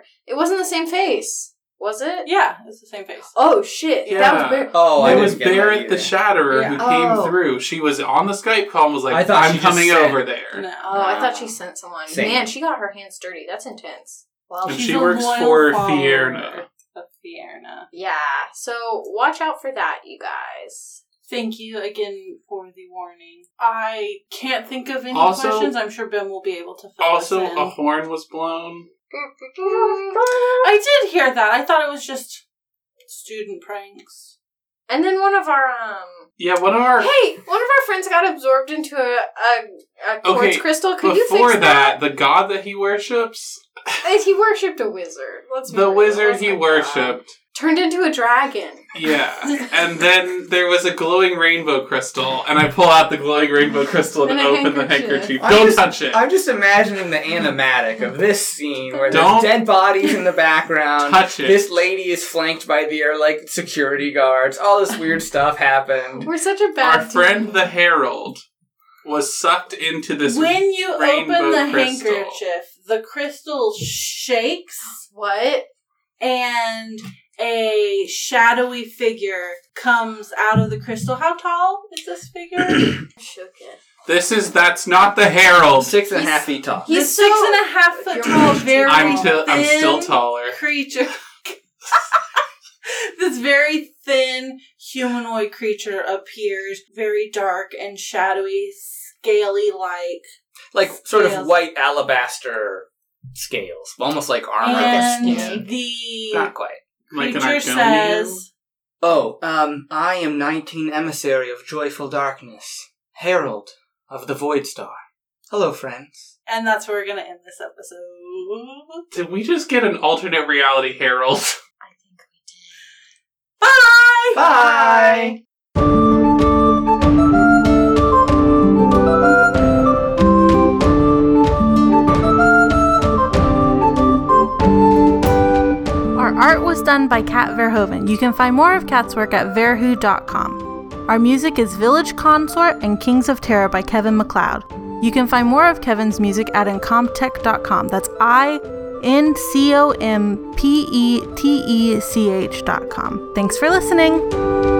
[SPEAKER 2] No.
[SPEAKER 3] It wasn't the same face, was it?
[SPEAKER 1] yeah, it's the same face.
[SPEAKER 3] Oh shit!
[SPEAKER 2] Yeah.
[SPEAKER 3] That was Barrett.
[SPEAKER 4] Oh, I
[SPEAKER 2] it
[SPEAKER 4] didn't
[SPEAKER 2] was
[SPEAKER 4] get that
[SPEAKER 2] Barrett the
[SPEAKER 4] either.
[SPEAKER 2] Shatterer who
[SPEAKER 3] Yeah.
[SPEAKER 2] came
[SPEAKER 3] Oh.
[SPEAKER 2] through. She was on the Skype call and was
[SPEAKER 4] I
[SPEAKER 2] like,
[SPEAKER 4] thought
[SPEAKER 2] I'm
[SPEAKER 4] she just
[SPEAKER 2] coming
[SPEAKER 4] said-
[SPEAKER 2] over there.
[SPEAKER 1] No.
[SPEAKER 3] Oh, I thought she sent someone.
[SPEAKER 4] Same.
[SPEAKER 3] Man, she got her hands dirty. That's intense. Well,
[SPEAKER 2] And
[SPEAKER 1] She's
[SPEAKER 2] she
[SPEAKER 1] a
[SPEAKER 2] works
[SPEAKER 1] loyal
[SPEAKER 2] for
[SPEAKER 1] follower
[SPEAKER 2] Fiona.
[SPEAKER 1] Of Fiona.
[SPEAKER 3] yeah. So watch out for that, you guys.
[SPEAKER 1] Thank you again for the warning. I can't think of any
[SPEAKER 2] Also-
[SPEAKER 1] questions. I'm sure Ben will be able to fill
[SPEAKER 2] Also,
[SPEAKER 1] us in.
[SPEAKER 2] a horn was blown.
[SPEAKER 1] I did hear that. I thought it was just student pranks.
[SPEAKER 3] And then one of our um.
[SPEAKER 2] Yeah, one of our.
[SPEAKER 3] Hey, one of our friends got absorbed into a a, a quartz
[SPEAKER 2] Okay,
[SPEAKER 3] crystal. Could you
[SPEAKER 2] Before
[SPEAKER 3] fix
[SPEAKER 2] that, the god that he worships,
[SPEAKER 3] that? He worshipped a wizard. Let's be
[SPEAKER 2] the
[SPEAKER 3] real.
[SPEAKER 2] wizard
[SPEAKER 3] Oh
[SPEAKER 2] he
[SPEAKER 3] my God.
[SPEAKER 2] worshipped.
[SPEAKER 3] turned into a dragon.
[SPEAKER 2] Yeah. and then there was a glowing rainbow crystal, and I pull out the glowing rainbow crystal and,
[SPEAKER 3] And a
[SPEAKER 2] open the
[SPEAKER 3] handkerchief.
[SPEAKER 2] handkerchief.
[SPEAKER 4] I'm
[SPEAKER 2] Don't
[SPEAKER 4] just-
[SPEAKER 2] touch it.
[SPEAKER 4] I'm just imagining the animatic of this scene where
[SPEAKER 2] Don't-
[SPEAKER 4] there's dead bodies in the background.
[SPEAKER 2] touch it.
[SPEAKER 4] This lady is flanked by the like security guards. All this weird stuff happened.
[SPEAKER 3] We're such a bad.
[SPEAKER 2] our friend
[SPEAKER 3] team.
[SPEAKER 2] the herald was sucked into this
[SPEAKER 1] when you open
[SPEAKER 2] rainbow
[SPEAKER 1] the
[SPEAKER 2] crystal.
[SPEAKER 1] handkerchief, the crystal shakes.
[SPEAKER 3] what?
[SPEAKER 1] and a shadowy figure comes out of the crystal. How tall is this figure?
[SPEAKER 3] Shook it.
[SPEAKER 2] This is that's not the Herald.
[SPEAKER 4] Six and a
[SPEAKER 1] He's-
[SPEAKER 4] half feet tall.
[SPEAKER 1] He's
[SPEAKER 5] He's
[SPEAKER 1] six
[SPEAKER 5] so-
[SPEAKER 1] and a half foot
[SPEAKER 5] You're
[SPEAKER 1] tall,
[SPEAKER 5] right.
[SPEAKER 1] very
[SPEAKER 2] I'm till I'm still
[SPEAKER 1] thin
[SPEAKER 2] taller.
[SPEAKER 1] creature. this very thin humanoid creature appears, very dark and shadowy, scaly like.
[SPEAKER 4] Like sort of
[SPEAKER 1] Scales.
[SPEAKER 4] white alabaster scales, almost like armor.
[SPEAKER 1] And
[SPEAKER 5] Like a snake.
[SPEAKER 1] the
[SPEAKER 4] Not quite.
[SPEAKER 2] Like an
[SPEAKER 1] creature
[SPEAKER 2] Argonian.
[SPEAKER 1] says,
[SPEAKER 4] Oh, um, I am 19 emissary of joyful darkness, herald of the void star. Hello, friends.
[SPEAKER 1] and that's where we're going to end this episode.
[SPEAKER 2] Did we just get an alternate reality Herald?
[SPEAKER 1] Bye!
[SPEAKER 4] Bye.
[SPEAKER 7] Our art was done by Kat Verhoeven. You can find more of Kat's work at verhu.com. Our music is Village Consort and Kings of Terror by Kevin McLeod. You can find more of Kevin's music at incomtech.com. That's I N C O M P E T E C H dot com. Thanks for listening.